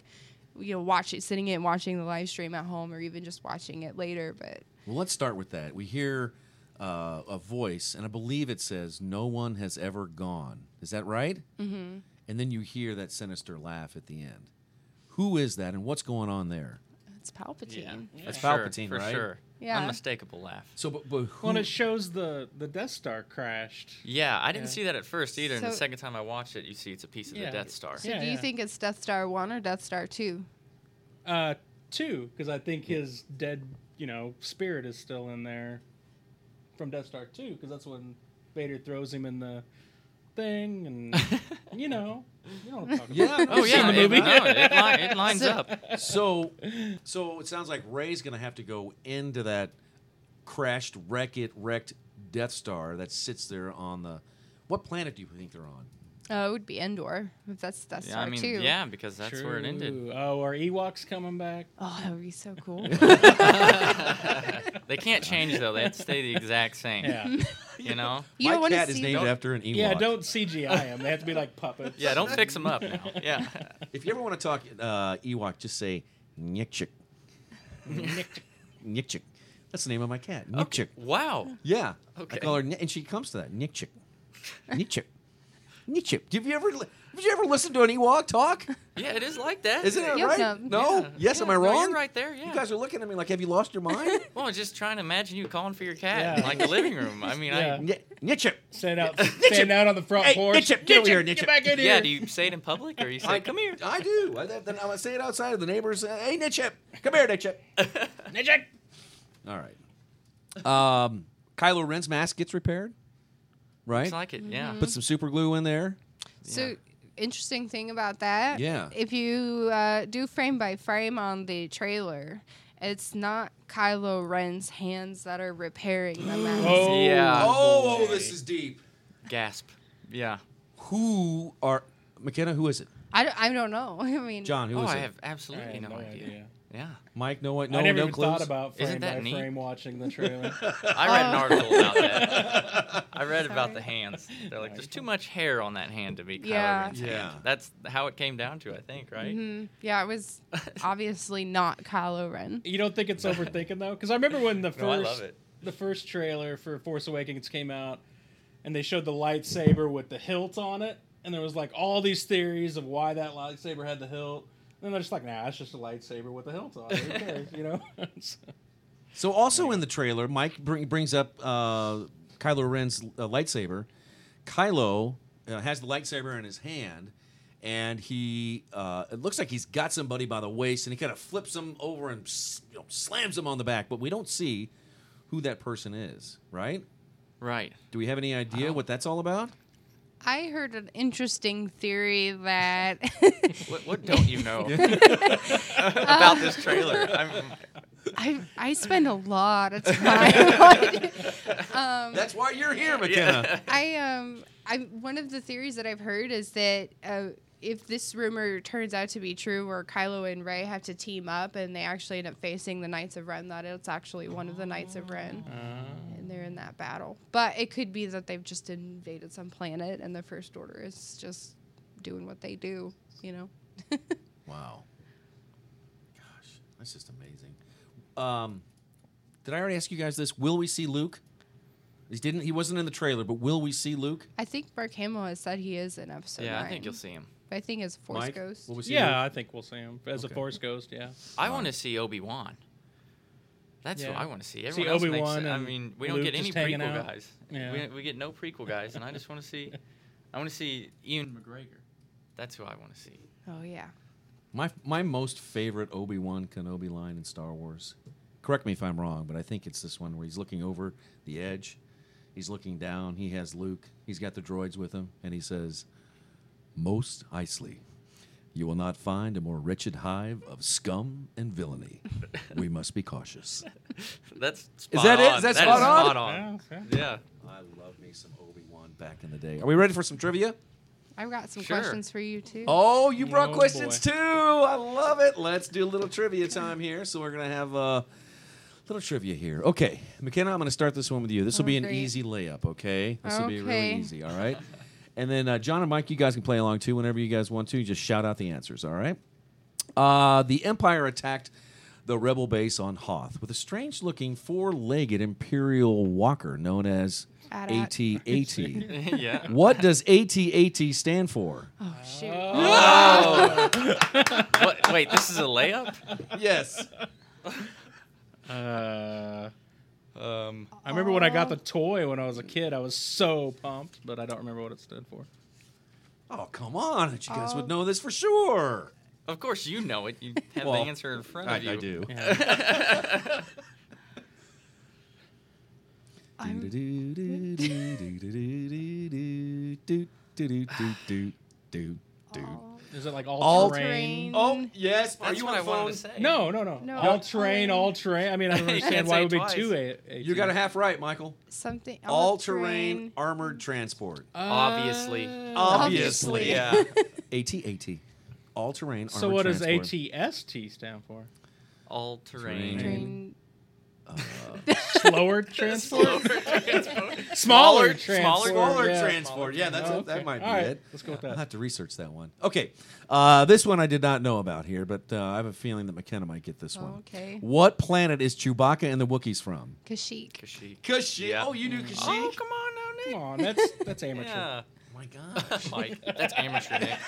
Speaker 7: you know watching sitting and watching the live stream at home or even just watching it later, but
Speaker 3: Well, let's start with that. We hear uh, a voice, and I believe it says, "No one has ever gone." Is that right? Mm-hmm. And then you hear that sinister laugh at the end. Who is that, and what's going on there?
Speaker 7: it's Palpatine.
Speaker 6: Yeah.
Speaker 3: That's
Speaker 6: For sure,
Speaker 3: Palpatine,
Speaker 6: for
Speaker 3: right?
Speaker 6: sure.
Speaker 7: Yeah.
Speaker 6: Unmistakable laugh.
Speaker 3: So, but, but who?
Speaker 5: When it shows the the Death Star crashed,
Speaker 6: Yeah, I didn't see that at first either. and the
Speaker 7: So-
Speaker 6: second time I watched it, you see it's a piece of
Speaker 5: Yeah.
Speaker 6: the Death Star.
Speaker 7: So
Speaker 5: Yeah,
Speaker 7: do you
Speaker 5: yeah.
Speaker 7: think it's Death Star 1 or Death Star 2?
Speaker 5: uh, two, because I think his dead, you know, spirit is still in there from Death Star two, because that's when Vader throws him in the thing, and you know, you know what I'm talking
Speaker 3: Yeah.
Speaker 5: about.
Speaker 6: Oh yeah,
Speaker 3: the
Speaker 6: it,
Speaker 3: movie.
Speaker 6: no, it, li- it lines up.
Speaker 3: so, so it sounds like Ray's going to have to go into that crashed, wreck it, wrecked Death Star that sits there on the. What planet do you think they're on?
Speaker 7: Oh, it would be Endor if that's Death
Speaker 6: Yeah,
Speaker 7: Star
Speaker 6: I mean,
Speaker 7: 2.
Speaker 6: yeah, because that's where it ended.
Speaker 5: True. Oh, are Ewoks coming back?
Speaker 7: Oh, that would be so cool.
Speaker 6: They can't change though; they have to stay the exact same.
Speaker 5: Yeah,
Speaker 6: You know?
Speaker 7: You
Speaker 3: My
Speaker 7: don't wanna
Speaker 3: cat is
Speaker 7: see-
Speaker 3: named
Speaker 7: Don't-
Speaker 3: after an Ewok.
Speaker 5: yeah. Don't CGI them. They have to be like puppets.
Speaker 6: Yeah, don't fix them up now. Yeah.
Speaker 3: If you ever want to talk uh, Ewok, just say Nyikchik. Nyikchik. That's the name of my cat. Nyikchik.
Speaker 6: Wow.
Speaker 3: Yeah. I
Speaker 6: Okay.
Speaker 3: call her, Ni- and she comes to that Nyikchik. Nyikchik. Nyikchik. Have you ever? li- Have you ever listened to an Ewok talk?
Speaker 6: Yeah, it is like that.
Speaker 3: Isn't it
Speaker 7: Yeah,
Speaker 3: right?
Speaker 7: no.
Speaker 3: No. Yes. am I
Speaker 6: No,
Speaker 3: wrong?
Speaker 6: you're right there. Yeah.
Speaker 3: You guys are looking at me like, have you lost your mind?
Speaker 6: well, just trying to imagine you calling for your cat in
Speaker 5: Yeah.
Speaker 6: like the living room. I mean,
Speaker 5: Yeah.
Speaker 6: I.
Speaker 3: Ni- Nyikchik.
Speaker 5: Stand out, stand out on the front
Speaker 3: Hey,
Speaker 5: porch.
Speaker 3: Nitchip, get over here, Nitchip.
Speaker 5: Get back in here.
Speaker 6: Yeah, do you say it in public or you say, come here?
Speaker 3: I do. I, then I say it outside of the neighbors. uh, Hey, Nyikchik. Come here, Nyikchik.
Speaker 5: Nitchip.
Speaker 3: All right. Um, Kylo Ren's mask gets repaired, right?
Speaker 6: It's like it, yeah.
Speaker 3: Put some super glue in there.
Speaker 7: So interesting thing about that.
Speaker 3: Yeah.
Speaker 7: If you uh, do frame by frame on the trailer, it's not Kylo Ren's hands that are repairing the mask.
Speaker 5: Oh,
Speaker 6: Yeah.
Speaker 5: boy.
Speaker 3: oh, is deep.
Speaker 6: Gasp. Yeah.
Speaker 3: Who are McKenna? Who is it?
Speaker 7: I, don't, I don't know. I mean,
Speaker 3: John? Who
Speaker 6: Oh,
Speaker 3: is
Speaker 6: I
Speaker 3: it?
Speaker 6: have
Speaker 5: I
Speaker 6: absolutely
Speaker 5: had
Speaker 6: no, idea. Yeah.
Speaker 3: Mike? No one. No,
Speaker 5: I never
Speaker 3: no
Speaker 5: even
Speaker 3: clues?
Speaker 5: thought about frame
Speaker 6: Isn't that
Speaker 5: by
Speaker 6: neat?
Speaker 5: frame watching the trailer.
Speaker 6: I read an
Speaker 7: Oh.
Speaker 6: article about that. I read about
Speaker 7: Sorry.
Speaker 6: the hands. They're like, there's too much hair on that hand to be Kylo
Speaker 7: Yeah.
Speaker 6: Ren's
Speaker 3: Yeah.
Speaker 6: hand. That's how it came down to, I think, right?
Speaker 7: yeah, it was obviously not Kylo Ren.
Speaker 5: you don't think it's overthinking though? Because I remember when the first
Speaker 6: No, I love it.
Speaker 5: the first trailer for Force Awakens came out, and they showed the lightsaber with the hilt on it, and there was like all these theories of why that lightsaber had the hilt. And they're just like, nah, it's just a lightsaber with a hilt on it. Who cares, you know? So-
Speaker 3: So also in the trailer, Mike bring, brings up uh, Kylo Ren's uh, lightsaber. Kylo uh, has the lightsaber in his hand, and he uh, it looks like he's got somebody by the waist, and he kind of flips him over and s- you know, slams him on the back. But we don't see who that person is, right?
Speaker 6: Right.
Speaker 3: Do we have any idea what that's all about?
Speaker 7: I heard an interesting theory that
Speaker 6: What, what don't you know about this trailer? I'm,
Speaker 7: I I spend a lot of time. on-
Speaker 3: That's why you're here, McKenna.
Speaker 7: I um I one of the theories that I've heard is that uh, if this rumor turns out to be true, where Kylo and Rey have to team up and they actually end up facing the Knights of Ren, that it's actually one of the Knights of Ren, and they're in that battle. But it could be that they've just invaded some planet, and the First Order is just doing what they do. You know,
Speaker 3: Wow. Gosh, that's just amazing. Um, did I already ask you guys this? Will we see Luke? He didn't. He wasn't in the trailer, but will we see Luke?
Speaker 7: I think Mark Hamill has said he is in Episode
Speaker 6: yeah, I
Speaker 7: nine.
Speaker 6: think you'll see him.
Speaker 7: But I think it's Force
Speaker 3: Mike,
Speaker 7: Ghost.
Speaker 3: will we see
Speaker 5: yeah,
Speaker 3: Luke?
Speaker 5: I think we'll see him as
Speaker 3: Okay.
Speaker 5: a Force Ghost. Yeah.
Speaker 6: I want to see Obi Wan. That's who
Speaker 5: Yeah.
Speaker 6: I want to see.
Speaker 5: See
Speaker 6: Everyone else makes
Speaker 5: Obi-Wan
Speaker 6: sense. I
Speaker 5: and
Speaker 6: mean, we don't
Speaker 5: Luke
Speaker 6: get any
Speaker 5: just hanging
Speaker 6: prequel
Speaker 5: out.
Speaker 6: guys.
Speaker 5: Yeah.
Speaker 6: We, we get no prequel guys, and I just want to see. I want to see Ian McGregor. That's who I want to see.
Speaker 7: oh yeah.
Speaker 3: My my most favorite Obi Wan Kenobi line in Star Wars. Correct me if I'm wrong, but I think it's this one where he's looking over the edge. He's looking down. He has Luke. He's got the droids with him, and he says, "Most icily, you will not find a more wretched hive of scum and villainy. We must be cautious."
Speaker 6: That's
Speaker 3: Is
Speaker 6: spot
Speaker 3: that it?
Speaker 6: on.
Speaker 3: Is that
Speaker 6: is
Speaker 3: spot on?
Speaker 6: spot on.
Speaker 5: okay.
Speaker 6: Yeah.
Speaker 3: I love me some Obi Wan back in the day. Are we ready for some trivia?
Speaker 7: I've got some
Speaker 6: Sure.
Speaker 7: questions for you too.
Speaker 3: Oh, you brought
Speaker 5: Oh,
Speaker 3: questions
Speaker 5: boy.
Speaker 3: too. I love it. Let's do a little trivia time here. So we're gonna have a little trivia here. Okay, McKenna, I'm gonna start this one with you. This will
Speaker 7: Oh,
Speaker 3: be an
Speaker 7: great.
Speaker 3: easy layup. Okay, this will be really
Speaker 7: Okay.
Speaker 3: easy. All right. And then uh, John and Mike, you guys can play along too whenever you guys want to. Just shout out the answers. All right. Uh, the Empire attacked the rebel base on Hoth with a strange-looking four-legged Imperial walker known as
Speaker 7: At-at.
Speaker 3: AT-AT.
Speaker 6: yeah.
Speaker 3: What does AT-AT stand for?
Speaker 7: Oh, shoot.
Speaker 6: What, wait, this is a layup?
Speaker 3: Yes.
Speaker 5: Uh,
Speaker 6: Um,
Speaker 5: I remember when I got the toy when I was a kid. I was so pumped, but I don't remember what it stood for.
Speaker 3: Oh, come on. You guys would know this for sure.
Speaker 6: of course, you know it. You have
Speaker 3: Well,
Speaker 6: the answer in front of you.
Speaker 5: Is it like all,
Speaker 3: All
Speaker 5: terrain?
Speaker 7: Terrain.
Speaker 3: Oh, yes. Are
Speaker 6: That's
Speaker 3: you
Speaker 6: what
Speaker 3: on
Speaker 6: I
Speaker 3: the phone?
Speaker 6: wanted to say.
Speaker 5: No, no, no,
Speaker 7: No.
Speaker 5: All terrain, all terrain. I mean, I don't
Speaker 6: You
Speaker 5: understand
Speaker 6: can't
Speaker 5: why
Speaker 6: say
Speaker 5: it would
Speaker 6: twice.
Speaker 5: be two. A- a-
Speaker 3: You got it half right, Michael.
Speaker 7: Something.
Speaker 3: All terrain armored transport.
Speaker 6: Obviously.
Speaker 3: Obviously.
Speaker 6: Yeah.
Speaker 3: AT-AT. All terrain armored
Speaker 5: So what does
Speaker 3: transport.
Speaker 5: ATST stand for?
Speaker 6: All terrain.
Speaker 3: Terrain.
Speaker 7: Train.
Speaker 5: Slower transport.
Speaker 6: Smaller-
Speaker 5: Smaller,
Speaker 6: smaller-
Speaker 5: transport.
Speaker 3: Smaller
Speaker 5: yeah.
Speaker 3: transport. Yeah, that's
Speaker 5: Oh,
Speaker 3: it. that
Speaker 5: okay.
Speaker 3: might be
Speaker 5: All right,
Speaker 3: it.
Speaker 5: let's go with
Speaker 3: I'll
Speaker 5: that.
Speaker 3: have to research that one. Okay, uh, this one I did not know about here, but uh, I have a feeling that McKenna might get this one.
Speaker 7: Okay.
Speaker 3: What planet is Chewbacca and the Wookiees from?
Speaker 7: Kashyyyk.
Speaker 6: Kashyyyk.
Speaker 3: Kashyyyk.
Speaker 6: Yeah.
Speaker 3: Oh, you knew Kashyyyk.
Speaker 6: Oh, come on now, Nick.
Speaker 5: Come on, that's that's amateur.
Speaker 6: Yeah.
Speaker 3: Oh my God.
Speaker 6: Mike, that's amateur, Nick.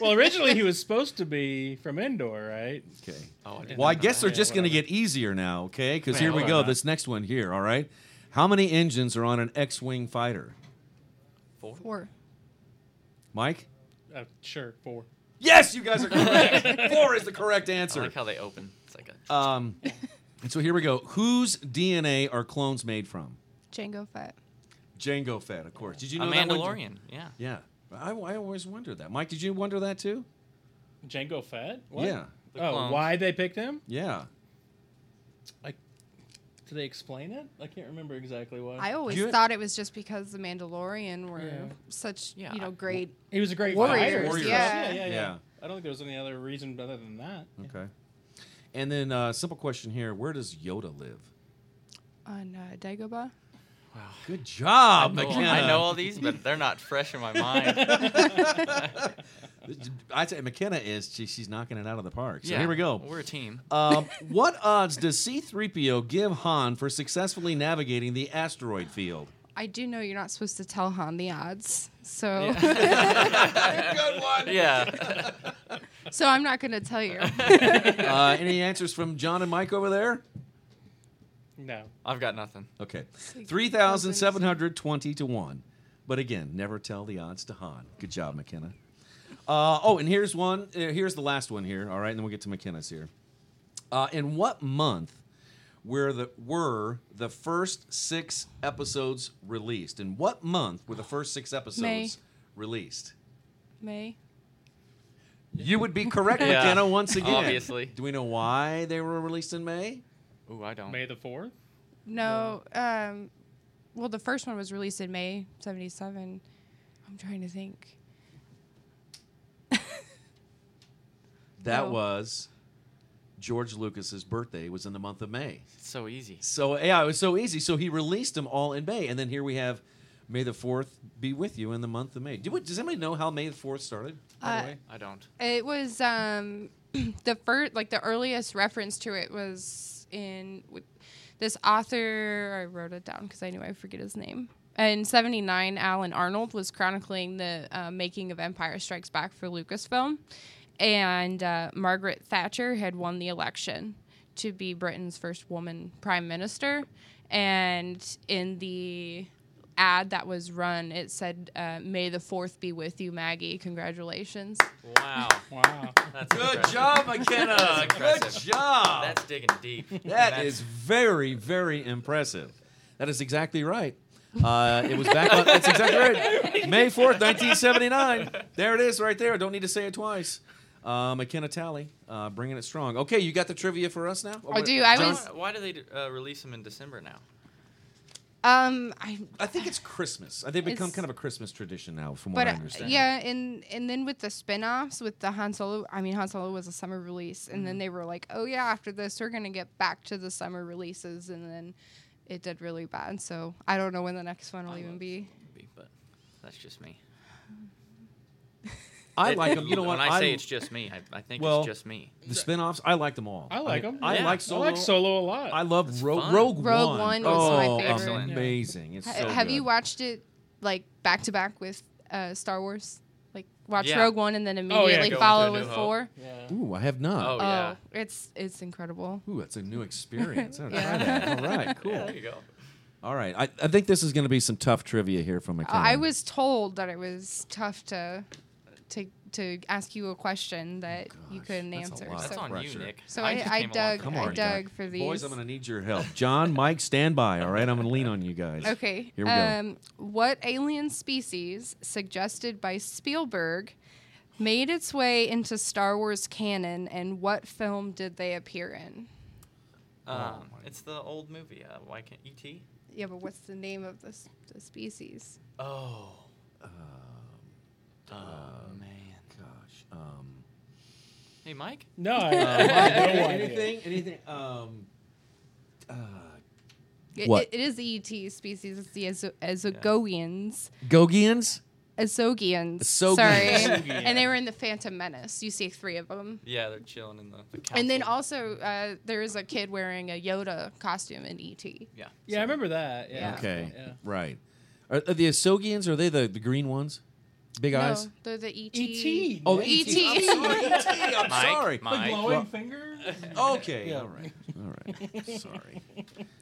Speaker 5: Well, originally he was supposed to be from Endor, right?
Speaker 3: Okay.
Speaker 6: Oh, I didn't
Speaker 3: Well, I
Speaker 6: know
Speaker 3: guess
Speaker 6: that.
Speaker 3: they're just going to get easier now, okay? Because
Speaker 6: Man,
Speaker 3: here we
Speaker 6: why
Speaker 3: go.
Speaker 6: not?
Speaker 3: This next one here. All right. How many engines are on an X-wing fighter,
Speaker 7: Four.
Speaker 3: Mike?
Speaker 5: Uh, sure, four.
Speaker 3: Yes, you guys are correct. Four is the correct
Speaker 6: I
Speaker 3: answer.
Speaker 6: like how they open. It's like a.
Speaker 3: Um, and so here we go. Whose DNA are clones made from?
Speaker 7: Django Fett.
Speaker 3: Django Fett, of course. Did you know
Speaker 6: a
Speaker 3: that one?
Speaker 6: Mandalorian, yeah.
Speaker 3: Yeah. I, I always wondered that. Mike, did you wonder that too?
Speaker 5: Django Fett. What?
Speaker 3: Yeah.
Speaker 6: The
Speaker 5: Oh,
Speaker 6: clones.
Speaker 5: why they picked him?
Speaker 3: Yeah.
Speaker 5: Like, did they explain it? I can't remember exactly why.
Speaker 7: I always
Speaker 3: you-
Speaker 7: thought it was just because the Mandalorian were
Speaker 5: Yeah.
Speaker 7: such,
Speaker 6: Yeah,
Speaker 7: you
Speaker 6: I-
Speaker 7: know, great.
Speaker 5: He was a great
Speaker 7: Warriors,
Speaker 5: fighter.
Speaker 3: Warriors.
Speaker 7: yeah.
Speaker 5: yeah, yeah,
Speaker 3: Yeah.
Speaker 5: I don't think there was any other reason other than that.
Speaker 3: Okay. And then uh, simple question here: Where does Yoda live?
Speaker 7: On uh, Dagobah.
Speaker 3: Good job,
Speaker 6: Cool.
Speaker 3: McKenna.
Speaker 6: I know all these, but they're not fresh in my mind.
Speaker 3: I say McKenna is she, she's knocking it out of the park. So
Speaker 6: yeah.
Speaker 3: here we go.
Speaker 6: We're a team.
Speaker 3: Um, what odds does C-3PO give Han for successfully navigating the asteroid field?
Speaker 7: I do know you're not supposed to tell Han the odds, so
Speaker 3: Good one.
Speaker 6: Yeah.
Speaker 7: so I'm not gonna tell you.
Speaker 3: Uh, any answers from John and Mike over there?
Speaker 5: No.
Speaker 6: I've got nothing.
Speaker 3: Okay. 3,720 to 1. But again, never tell the odds to Han. Good job, McKenna. Uh, oh, and here's one. uh, Here's the last one here. All right, and then we'll get to McKenna's here. Uh, in what month were the were the first six episodes released? In what month were the first six episodes
Speaker 7: May.
Speaker 3: released?
Speaker 7: May.
Speaker 3: You would be correct,
Speaker 6: Yeah.
Speaker 3: McKenna. Once again,
Speaker 6: Obviously.
Speaker 3: Do we know why they were released in May?
Speaker 6: Ooh,
Speaker 3: Oh.
Speaker 6: I don't.
Speaker 5: May the fourth.
Speaker 7: No. Um, well, the first one was released in May '77. I'm trying to think.
Speaker 3: That
Speaker 7: No.
Speaker 3: was George Lucas's birthday was in the month of May.
Speaker 6: It's so easy.
Speaker 3: So yeah, it was so easy. So he released them all in May, and then here we have May the Fourth be with you in the month of May. Do, does anybody know how May the Fourth started? By the
Speaker 7: Uh,
Speaker 3: way,
Speaker 6: I don't.
Speaker 7: It was um, the first, like the earliest reference to it was in w- this author. I wrote it down because I knew I forget his name. In '79, Alan Arnold was chronicling the uh, making of Empire Strikes Back for Lucasfilm, and uh, Margaret Thatcher had won the election to be Britain's first woman prime minister. And in the ad that was run, it said, uh, "May the Fourth be with you, Maggie. Congratulations."
Speaker 6: Wow.
Speaker 5: Wow.
Speaker 6: That's
Speaker 3: good
Speaker 6: impressive.
Speaker 3: job, McKenna.
Speaker 6: That's
Speaker 3: good
Speaker 6: impressive.
Speaker 3: job.
Speaker 6: That's digging deep.
Speaker 3: That is very, very impressive. That is exactly right. Uh, it was back on. That's exactly right. May fourth, nineteen seventy nine. There it is, right there. Don't need to say it twice. Uh, McKenna Talley, uh, bringing it strong. Okay, you got the trivia for us now.
Speaker 7: I do. I
Speaker 6: Why-
Speaker 7: was
Speaker 6: Why do they uh, release them in December now?
Speaker 7: Um, I
Speaker 3: I think it's Christmas. Uh, They've become
Speaker 7: It's-
Speaker 3: kind of a Christmas tradition now, from
Speaker 7: but
Speaker 3: what I
Speaker 7: uh,
Speaker 3: understand.
Speaker 7: yeah, and and then with the spin-offs with the Han Solo, I mean Han Solo was a summer release, and
Speaker 6: Mm-hmm.
Speaker 7: then they were like, oh yeah, after this we're gonna get back to the summer releases, and then it did really bad. So I don't know when the next one will even be.
Speaker 6: But that's just me.
Speaker 3: I
Speaker 6: It-
Speaker 3: like them. You know
Speaker 6: when
Speaker 3: what?
Speaker 6: I say it's just me, I, I think
Speaker 3: Well-
Speaker 6: it's just me.
Speaker 3: the spin-offs. I like them all.
Speaker 5: I like
Speaker 3: mean,
Speaker 5: 'em.
Speaker 3: I
Speaker 6: Yeah.
Speaker 3: like
Speaker 5: I
Speaker 3: Solo.
Speaker 5: like Solo a lot.
Speaker 3: I love Ro-
Speaker 6: fun.
Speaker 3: Rogue One.
Speaker 7: Rogue One was my
Speaker 3: oh,
Speaker 7: favorite.
Speaker 6: Excellent.
Speaker 3: amazing! It's
Speaker 7: Ha-
Speaker 3: so
Speaker 7: Have
Speaker 3: good.
Speaker 7: you watched it like back to back with uh, Star Wars? Like watch
Speaker 6: Yeah.
Speaker 7: Rogue One and then
Speaker 5: yeah,
Speaker 7: immediately
Speaker 6: go
Speaker 7: follow
Speaker 6: into A
Speaker 7: with
Speaker 6: New Hope.
Speaker 7: four.
Speaker 5: yeah.
Speaker 3: Ooh, I have not.
Speaker 6: Oh, yeah.
Speaker 7: Oh, it's it's incredible.
Speaker 3: Ooh, that's a new experience. I'll try
Speaker 7: Yeah.
Speaker 3: that. All right, cool.
Speaker 6: There you go.
Speaker 3: All right, I, I think this is going to be some tough trivia here from McKenna.
Speaker 7: Uh, I was told that it was tough to to to ask you a question that you
Speaker 3: Oh, gosh,
Speaker 7: couldn't
Speaker 3: that's a
Speaker 7: answer.
Speaker 3: lot.
Speaker 6: That's
Speaker 7: So,
Speaker 6: on you,
Speaker 3: pressure.
Speaker 6: Nick.
Speaker 7: so I,
Speaker 6: just
Speaker 7: I,
Speaker 6: came along.
Speaker 7: dug
Speaker 3: Come
Speaker 7: I
Speaker 3: on,
Speaker 7: dug
Speaker 3: Doug.
Speaker 7: for these.
Speaker 3: Boys, I'm going to need your help. John, Mike, stand by. All right, I'm going to lean on you guys.
Speaker 7: Okay.
Speaker 3: Here we
Speaker 7: um, What alien species suggested by Spielberg made its way into Star Wars canon, and what film did they appear in?
Speaker 6: Um, it's the old movie. Uh, why can't ET?
Speaker 7: Yeah, but what's the name of this the species?
Speaker 6: Oh. oh man.
Speaker 3: go. Gosh, um,
Speaker 6: Hey, Mike.
Speaker 5: No, I, I have no idea.
Speaker 3: anything, anything. Um,
Speaker 7: It-
Speaker 3: What?
Speaker 7: it- it is the ET species. It's the Azo- Azogoians.
Speaker 3: Gogians.
Speaker 7: Azogians.
Speaker 3: Azogians.
Speaker 7: Sorry. and they were in the Phantom Menace. You see three of them.
Speaker 6: Yeah, they're chilling in the, the council.
Speaker 7: And then also, uh, there is a kid wearing a Yoda costume in E ET.
Speaker 6: Yeah.
Speaker 5: Yeah, I remember that. Yeah.
Speaker 7: Yeah.
Speaker 3: Okay,
Speaker 5: Yeah.
Speaker 3: right. Are, are the Asogians? Are they the, the green ones? Big eyes.
Speaker 7: No, they're the E ET.
Speaker 5: E.T.
Speaker 3: Oh,
Speaker 5: Nick.
Speaker 3: E.T.
Speaker 7: E.T..
Speaker 3: I'm sorry. E.T., I'm
Speaker 6: Mike,
Speaker 3: sorry.
Speaker 5: The
Speaker 6: Mike.
Speaker 5: glowing
Speaker 3: Well-
Speaker 5: finger.
Speaker 3: Okay.
Speaker 5: Yeah.
Speaker 3: All right. All right. Sorry.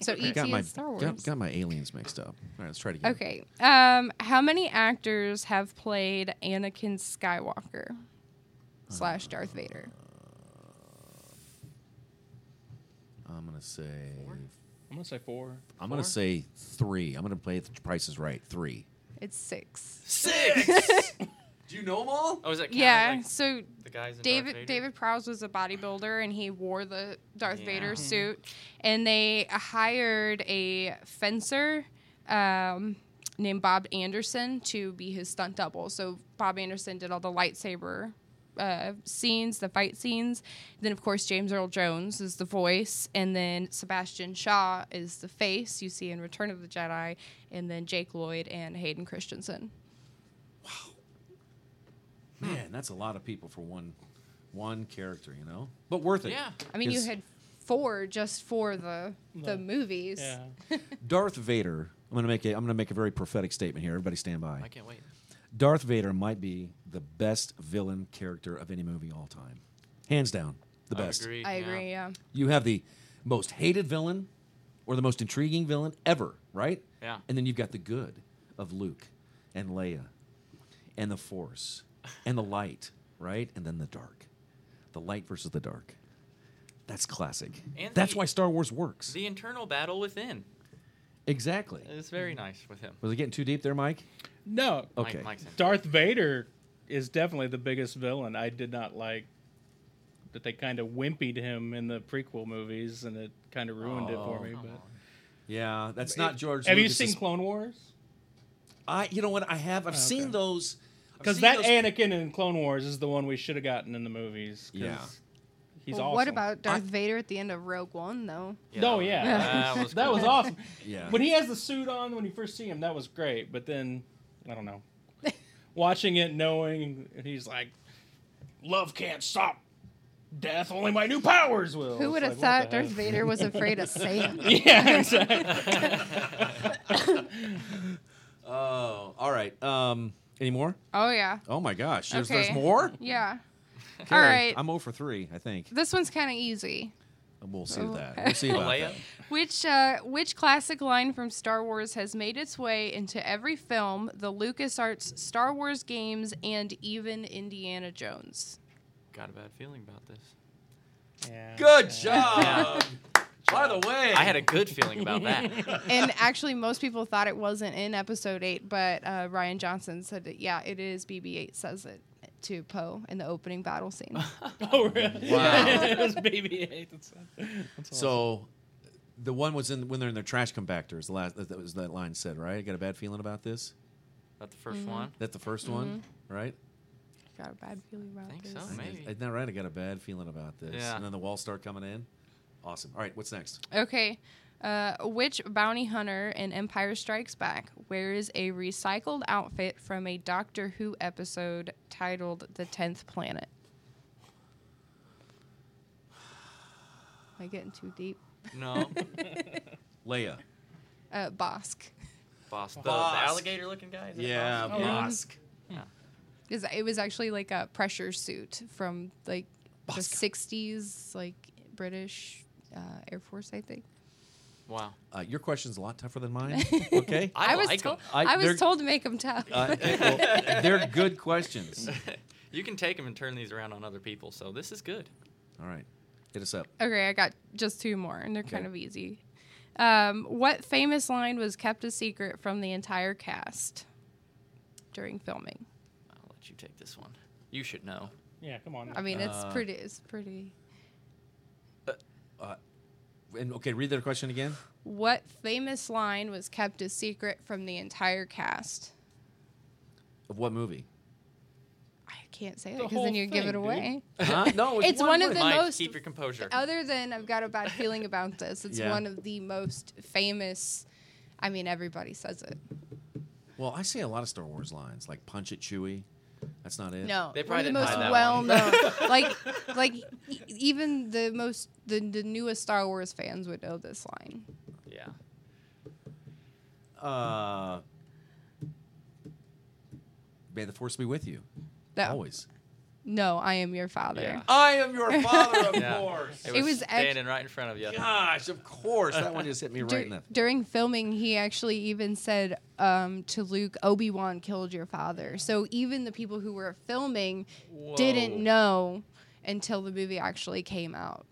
Speaker 7: So ET
Speaker 3: got my
Speaker 7: is Star Wars.
Speaker 3: Got, got my aliens mixed up. All right, let's try it again.
Speaker 7: Okay. Um, how many actors have played Anakin
Speaker 3: Uh,
Speaker 7: Skywalker slash Darth Vader?
Speaker 3: I'm gonna say.
Speaker 5: I'm gonna say four.
Speaker 3: I'm gonna say three. I'm gonna play if the price is right. Three.
Speaker 7: It's six.
Speaker 6: Six. Do you know them all? Oh, is that counting,
Speaker 7: Yeah.
Speaker 6: like,
Speaker 7: so
Speaker 6: the guys in Darth Vader?
Speaker 7: David David Prowse was a bodybuilder and he wore the Darth
Speaker 6: Yeah. Mm-hmm.
Speaker 7: Vader suit, and they hired a fencer um, named Bob Anderson to be his stunt double. So Bob Anderson did all the lightsaber uh, scenes, the fight scenes. Then of course James Earl Jones is the voice, and then Sebastian Shaw is the face you see in Return of the Jedi, and then Jake Lloyd and Hayden Christensen.
Speaker 3: Man, that's a lot of people for one one character, you know. But worth it.
Speaker 6: Yeah.
Speaker 7: I mean, you
Speaker 3: Is-
Speaker 7: had four just for the the
Speaker 5: The-
Speaker 7: movies.
Speaker 5: Yeah.
Speaker 3: Darth Vader. I'm gonna make a, I'm gonna make a very prophetic statement here. Everybody, stand by.
Speaker 6: I can't wait.
Speaker 3: Darth Vader might be the best villain character of any movie all time, hands down, the best.
Speaker 6: I agree.
Speaker 7: I agree. Yeah.
Speaker 3: You have the most hated villain, or the most intriguing villain ever, right?
Speaker 6: Yeah.
Speaker 3: And then you've got the good of Luke and Leia, and the Force, and the light, right? And then the dark, the light versus the dark. That's classic.
Speaker 6: And
Speaker 3: That's
Speaker 6: the-
Speaker 3: why Star Wars works.
Speaker 6: The Uh, internal battle within
Speaker 3: exactly.
Speaker 6: is very nice with him.
Speaker 3: Was it getting too deep there, Mike?
Speaker 5: No.
Speaker 3: Mm. Okay.
Speaker 6: Mike, Mike's in.
Speaker 5: Darth Vader is definitely the biggest villain. I did not like that they kind of wimpied him in the prequel movies, and it kind of ruined it
Speaker 3: Oh,
Speaker 5: for me. But
Speaker 3: Yeah, that's not George.
Speaker 5: have you
Speaker 3: Lucas's-
Speaker 5: seen Clone Wars?
Speaker 3: I, you know what? I have. I've seen those. I've
Speaker 5: Oh, Because
Speaker 3: seen
Speaker 5: that
Speaker 3: those-
Speaker 5: Anakin in Clone Wars is the one we should have gotten in the movies. 'cause
Speaker 3: Yeah.
Speaker 5: He's
Speaker 7: Well,
Speaker 5: awesome.
Speaker 7: What about Darth
Speaker 3: I-
Speaker 7: Vader at the end of Rogue One, though?
Speaker 5: No, yeah.
Speaker 6: That was,
Speaker 5: That
Speaker 6: cool.
Speaker 5: was awesome.
Speaker 3: Yeah.
Speaker 5: When he has the suit on, when you first see him, that was great. But then, I don't know. Watching it, knowing, and he's like, love can't stop death, only my new powers will.
Speaker 7: Who
Speaker 5: Oh, It's
Speaker 7: would have
Speaker 5: like, what
Speaker 7: thought
Speaker 5: the
Speaker 7: Darth
Speaker 5: heck?
Speaker 7: Vader was afraid of sand?
Speaker 5: Yeah, exactly.
Speaker 3: Oh, all right. Um, any more?
Speaker 7: Oh yeah.
Speaker 3: Oh my gosh, there's, there's
Speaker 7: Okay.
Speaker 3: more.
Speaker 7: Yeah.
Speaker 3: Okay,
Speaker 7: All right.
Speaker 3: I'm 0 for three, I think.
Speaker 7: This one's kind of easy.
Speaker 3: We'll see
Speaker 7: Oh.
Speaker 3: that. We'll see about
Speaker 6: Leia.
Speaker 3: that.
Speaker 7: Which uh, which classic line from Star Wars has made its way into every film, the LucasArts Star Wars games, and even Indiana Jones?
Speaker 6: Got a bad feeling about this.
Speaker 5: Yeah.
Speaker 3: Good job. By the way,
Speaker 6: I had a good feeling about that.
Speaker 7: and actually, most people thought it wasn't in Episode Eight, but uh, Ryan Johnson said, that, "Yeah, it is." BB-8 says it to Poe in the opening battle scene.
Speaker 5: Oh, really?
Speaker 3: Wow.
Speaker 5: it was BB-8. That's, that's awesome.
Speaker 3: so the one was in when they're in their trash compactor. Is the last that was that line said right? I got a bad feeling about this.
Speaker 6: That the 1st
Speaker 7: Mm-hmm.
Speaker 6: one.
Speaker 3: That's the 1st one, right?
Speaker 7: Got a bad feeling about
Speaker 6: think
Speaker 7: this.
Speaker 6: so. Maybe.
Speaker 3: Isn't that right? I got a bad feeling about this.
Speaker 6: Yeah.
Speaker 3: And then the walls start coming in. Awesome. All right, what's next?
Speaker 7: Okay. Uh, which bounty hunter in Empire Strikes Back wears a recycled outfit from a Doctor Who episode titled The Tenth Planet? Am I getting too deep?
Speaker 6: No.
Speaker 3: Leia.
Speaker 7: Uh, Bosk.
Speaker 6: Boss. The, the
Speaker 3: Bosk.
Speaker 6: alligator looking guy? Is that
Speaker 3: Yeah,
Speaker 6: Bosk?
Speaker 3: Bosk.
Speaker 7: Is- It was actually like a pressure suit from like the '60s, like British uh, Air Force, I think.
Speaker 6: Wow.
Speaker 3: Uh, your question's a lot tougher than mine. Okay.
Speaker 6: I,
Speaker 7: was
Speaker 6: like 'em.
Speaker 7: told.
Speaker 3: I-
Speaker 7: I,
Speaker 3: they're-
Speaker 7: was told to make them tough.
Speaker 3: Uh, well, they're good questions.
Speaker 6: You can take them and turn these around on other people, so this is good.
Speaker 3: All right, hit us up.
Speaker 7: Okay, I got just two more, and they're kind
Speaker 3: Okay.
Speaker 7: of easy. Um, what famous line was kept a secret from the entire cast during filming?
Speaker 6: I'll let you take this one. You should know.
Speaker 5: Yeah, come on.
Speaker 7: I mean, it's
Speaker 3: Uh,
Speaker 7: pretty. It's pretty.
Speaker 3: And okay, read their question again.
Speaker 7: What famous line was kept a secret from the entire cast?
Speaker 3: Of what movie?
Speaker 7: I can't say that
Speaker 5: The
Speaker 7: because
Speaker 5: whole
Speaker 7: then you give
Speaker 5: thing,
Speaker 7: it
Speaker 5: dude.
Speaker 7: away.
Speaker 3: Huh? No,
Speaker 7: It's one of the
Speaker 6: Mike,
Speaker 7: most
Speaker 6: keep your composure.
Speaker 7: Other than I've got a bad feeling about this, it's
Speaker 3: Yeah.
Speaker 7: one of the most famous. I mean, everybody says it.
Speaker 3: Well, I see a lot of Star Wars lines like "Punch it, Chewie." That's not it.
Speaker 7: No,
Speaker 6: They
Speaker 7: one of
Speaker 6: probably
Speaker 7: the
Speaker 6: didn't
Speaker 7: most
Speaker 6: hide that
Speaker 7: well
Speaker 6: one.
Speaker 7: known. like, like e- even the most the, the newest Star Wars fans would know this line.
Speaker 6: yeah.
Speaker 3: Uh, may the force be with you.
Speaker 7: That,
Speaker 3: Always.
Speaker 7: No, I am your father.
Speaker 6: Yeah.
Speaker 3: I am your father, of
Speaker 6: Yeah.
Speaker 3: course.
Speaker 6: It
Speaker 7: It
Speaker 6: was,
Speaker 7: was act-
Speaker 6: standing right in front of you.
Speaker 3: Gosh, of course. That one just hit me
Speaker 7: Dur-
Speaker 3: right in the.
Speaker 7: during filming, he actually even said um, to Luke, "Obi Wan killed your father." So even the people who were filming didn't
Speaker 6: Whoa.
Speaker 7: know until the movie actually came out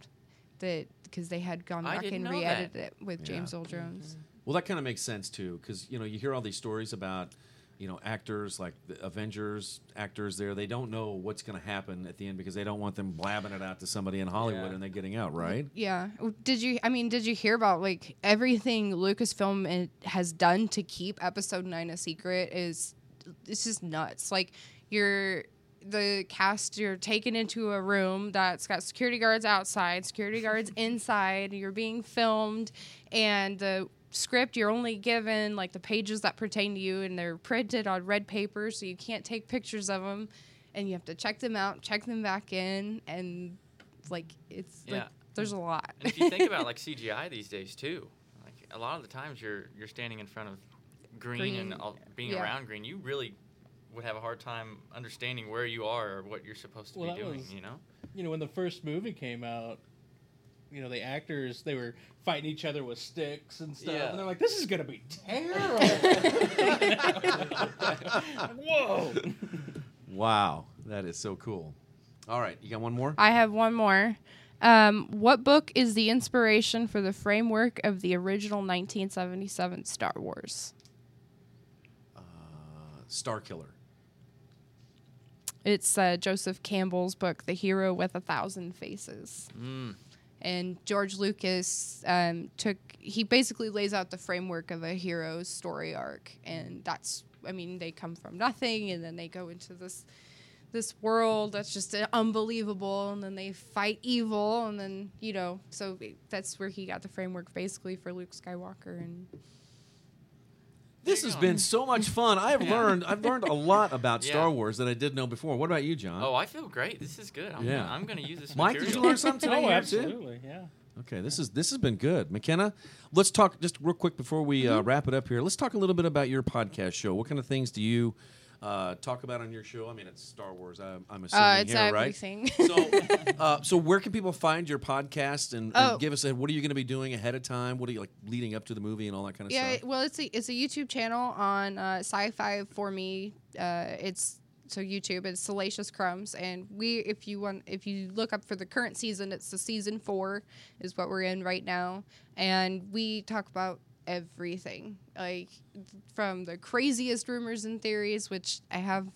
Speaker 7: that because they had gone
Speaker 6: I
Speaker 7: back
Speaker 6: didn't
Speaker 7: and
Speaker 6: know that.
Speaker 7: re-edited it with James Earl Jones.
Speaker 3: Well, that kind of makes sense too, because you know you hear all these stories about you know actors like the Avengers actors there. They don't know what's going to happen at the end because they don't want them blabbing it out to somebody in Hollywood
Speaker 6: Yeah.
Speaker 3: and they're getting out right.
Speaker 7: Yeah. Did you? I mean, did you hear about like everything Lucasfilm i- has done to keep Episode Nine a secret? Is it's just nuts. Like you're the cast. You're taken into a room that's got security guards outside, security guards inside. You're being filmed, and the script you're only given like the pages that pertain to you, and they're printed on red paper, so you can't take pictures of them. And you have to check them out, check them back in, and like it's like
Speaker 6: Yeah.
Speaker 7: there's a lot.
Speaker 6: And if you think about like CGI these days too, like a lot of the times you're you're standing in front of green, and
Speaker 7: Green,
Speaker 6: all, being
Speaker 7: yeah.
Speaker 6: around green, you really would have a hard time understanding where you are or what you're supposed to
Speaker 5: Well,
Speaker 6: be
Speaker 5: that
Speaker 6: doing.
Speaker 5: was-
Speaker 6: You know?
Speaker 5: you know when the first movie came out you know the actors they were fighting each other with sticks and stuff
Speaker 6: Yeah.
Speaker 5: and they're like this is gonna be terrible whoa
Speaker 3: Wow, that is so cool. All right, you got one more.
Speaker 7: I have one more. Um, what book is the inspiration for the framework of the original 1977 Star Wars?
Speaker 3: Uh, Star Killer.
Speaker 7: It's uh, Joseph Campbell's book, The Hero with a Thousand Faces. And George Lucas um, took, he basically lays out the framework of a hero's story arc. And that's, I mean, they come from nothing and then they go into this this world that's just uh, unbelievable and then they fight evil and then you know so it- that's where he got the framework basically for luke skywalker and
Speaker 3: This has been so much fun. I've
Speaker 6: Yeah.
Speaker 3: learned I've learned a lot about
Speaker 6: Yeah.
Speaker 3: Star Wars that I didn't know before. What about you, John?
Speaker 6: Oh, I feel great. This is good. I'm,
Speaker 3: Yeah.
Speaker 6: gonna, I'm gonna use this.
Speaker 3: Mike,
Speaker 6: material.
Speaker 3: did you learn something today?
Speaker 5: oh
Speaker 3: here, too?
Speaker 5: absolutely yeah
Speaker 3: Okay, this is this has been good, McKenna. Let's talk just real quick before we uh,
Speaker 6: Mm-hmm.
Speaker 3: wrap it up here. Let's talk a little bit about your podcast show. What kind of things do you uh, talk about on your show? I mean, it's Star Wars. I'm, I'm assuming
Speaker 7: uh, it's
Speaker 3: here, right?
Speaker 7: everything
Speaker 3: So, uh, so where can people find your podcast and, and
Speaker 7: Oh.
Speaker 3: give us a what are you going to be doing ahead of time? What are you like leading up to the movie and all that kind of
Speaker 7: yeah
Speaker 3: stuff?
Speaker 7: well it's a, it's a youtube channel on uh, sci-fi for me uh, it's so youtube it's salacious crumbs and we if you want if you look up for the current season it's the season four is what we're in right now and we talk about everything like from the craziest rumors and theories which i have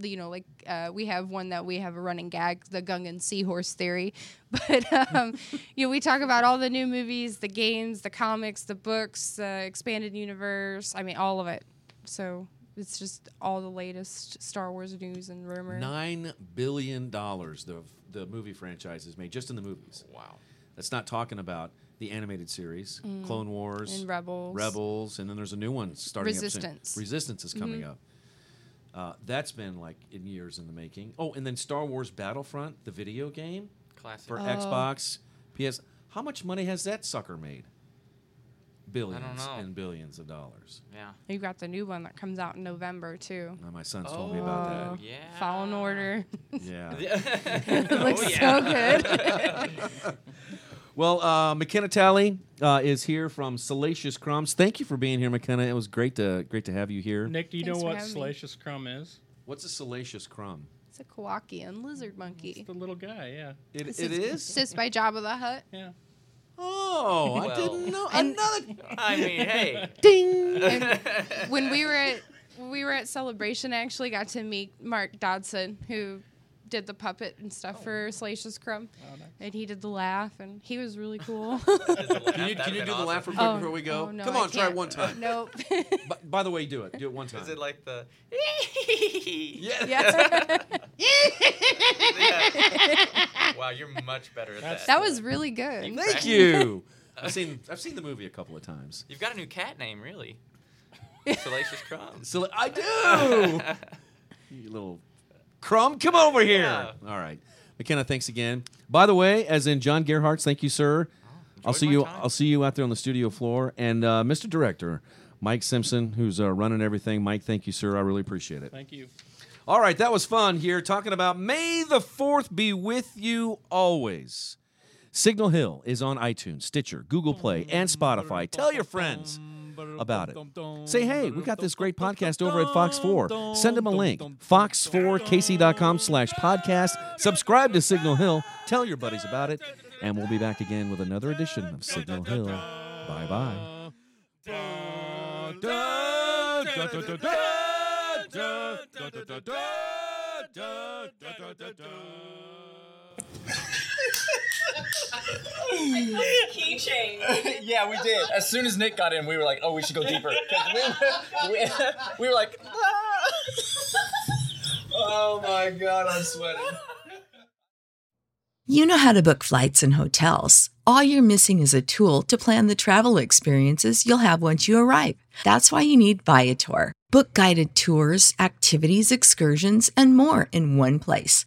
Speaker 7: you know, like uh, we have one that we have a running gag, the Gungan Seahorse theory. But um, you know, we talk about all the new movies, the games, the comics, the books, the expanded universe. I mean, all of it. So it's just all the latest Star Wars news and rumor.
Speaker 3: Nine billion dollars the the movie franchise has made just in the movies.
Speaker 6: Wow.
Speaker 3: That's not talking about the animated series, Clone Wars,
Speaker 7: Mm. And Rebels.
Speaker 3: Rebels, and then there's a new one starting up
Speaker 7: Resistance. Mm-hmm.
Speaker 3: soon. Resistance is coming up. Uh, that's been like in years in the making. Oh, and then Star Wars Battlefront, the video game
Speaker 6: Classic.
Speaker 7: Oh.
Speaker 3: for Xbox, PS. How much money has that sucker made? Billions
Speaker 6: know.
Speaker 3: and billions of dollars.
Speaker 6: yeah.
Speaker 7: You got the new one that comes out in November too.
Speaker 3: Now my son's told me about
Speaker 6: Yeah.
Speaker 7: Fallen Order.
Speaker 3: that. Yeah.
Speaker 7: it looks so good.
Speaker 3: Well, uh, McKenna Talley uh, is here from Salacious Crumbs. Thank you for being here, McKenna. It was great to great to have you here.
Speaker 5: Nick, do you
Speaker 7: Thanks
Speaker 5: know
Speaker 7: for
Speaker 5: what
Speaker 7: having me.
Speaker 5: Salacious Crumb is?
Speaker 3: What's a salacious crumb?
Speaker 7: It's a Kowakian lizard monkey.
Speaker 5: The little guy, yeah.
Speaker 3: It,
Speaker 7: This
Speaker 3: it is.
Speaker 7: Sits by Jabba the Hutt.
Speaker 5: Yeah.
Speaker 3: Oh, I
Speaker 6: Well.
Speaker 3: didn't know.
Speaker 7: And-
Speaker 3: Another
Speaker 6: I mean, hey.
Speaker 3: ding.
Speaker 7: when we were at when we were at celebration, I actually got to meet Mark Dodson, who did the puppet and stuff
Speaker 3: Oh.
Speaker 7: for Salacious Crumb, and he did the laugh, and he was really cool.
Speaker 3: Can you, can you do the laugh real quick
Speaker 7: Oh,
Speaker 3: before we go?
Speaker 7: oh, no,
Speaker 3: Come
Speaker 7: I
Speaker 3: on, try
Speaker 7: can't.
Speaker 3: one time.
Speaker 7: nope.
Speaker 3: B- by the way, do it. Do it one time.
Speaker 6: Is it like the?
Speaker 3: yeah.
Speaker 7: yeah,
Speaker 6: Wow, you're much better at
Speaker 5: That's-
Speaker 6: that.
Speaker 7: that was really good.
Speaker 3: Thank you. I've seen I've seen the movie a couple of times.
Speaker 6: You've got a new cat name, really. Salacious crumbs.
Speaker 3: So I do. you little crumb, come over here.
Speaker 6: Yeah.
Speaker 3: All right, McKenna. Thanks again. By the way, as in John Gerhardt's, thank you, sir. I'll see
Speaker 6: Oh, my
Speaker 3: you.
Speaker 6: time.
Speaker 3: I'll see you out there on the studio floor, and uh, Mr. Director, Mike Simpson, who's uh, running everything. Mike, thank you, sir. I really appreciate it.
Speaker 5: Thank you.
Speaker 3: All right, that was fun here talking about May the 4th be with you always. Signal Hill is on iTunes, Stitcher, Google Play, and Spotify. Tell your friends about it. Say, hey, we got this great podcast over at Fox 4. Send them a link. Fox4kc.com slash podcast. Subscribe to Signal Hill. Tell your buddies about it. And we'll be back again with another edition of Signal Hill. Bye bye.
Speaker 2: yeah, we did. As soon as Nick got in, we were like, oh, we should go deeper. 'Cause We, we, we were like, "Ah." oh my God, I'm sweating.
Speaker 8: You know how to book flights and hotels. All you're missing is a tool to plan the travel experiences you'll have once you arrive. That's why you need Viator. Book guided tours, activities, excursions, and more in one place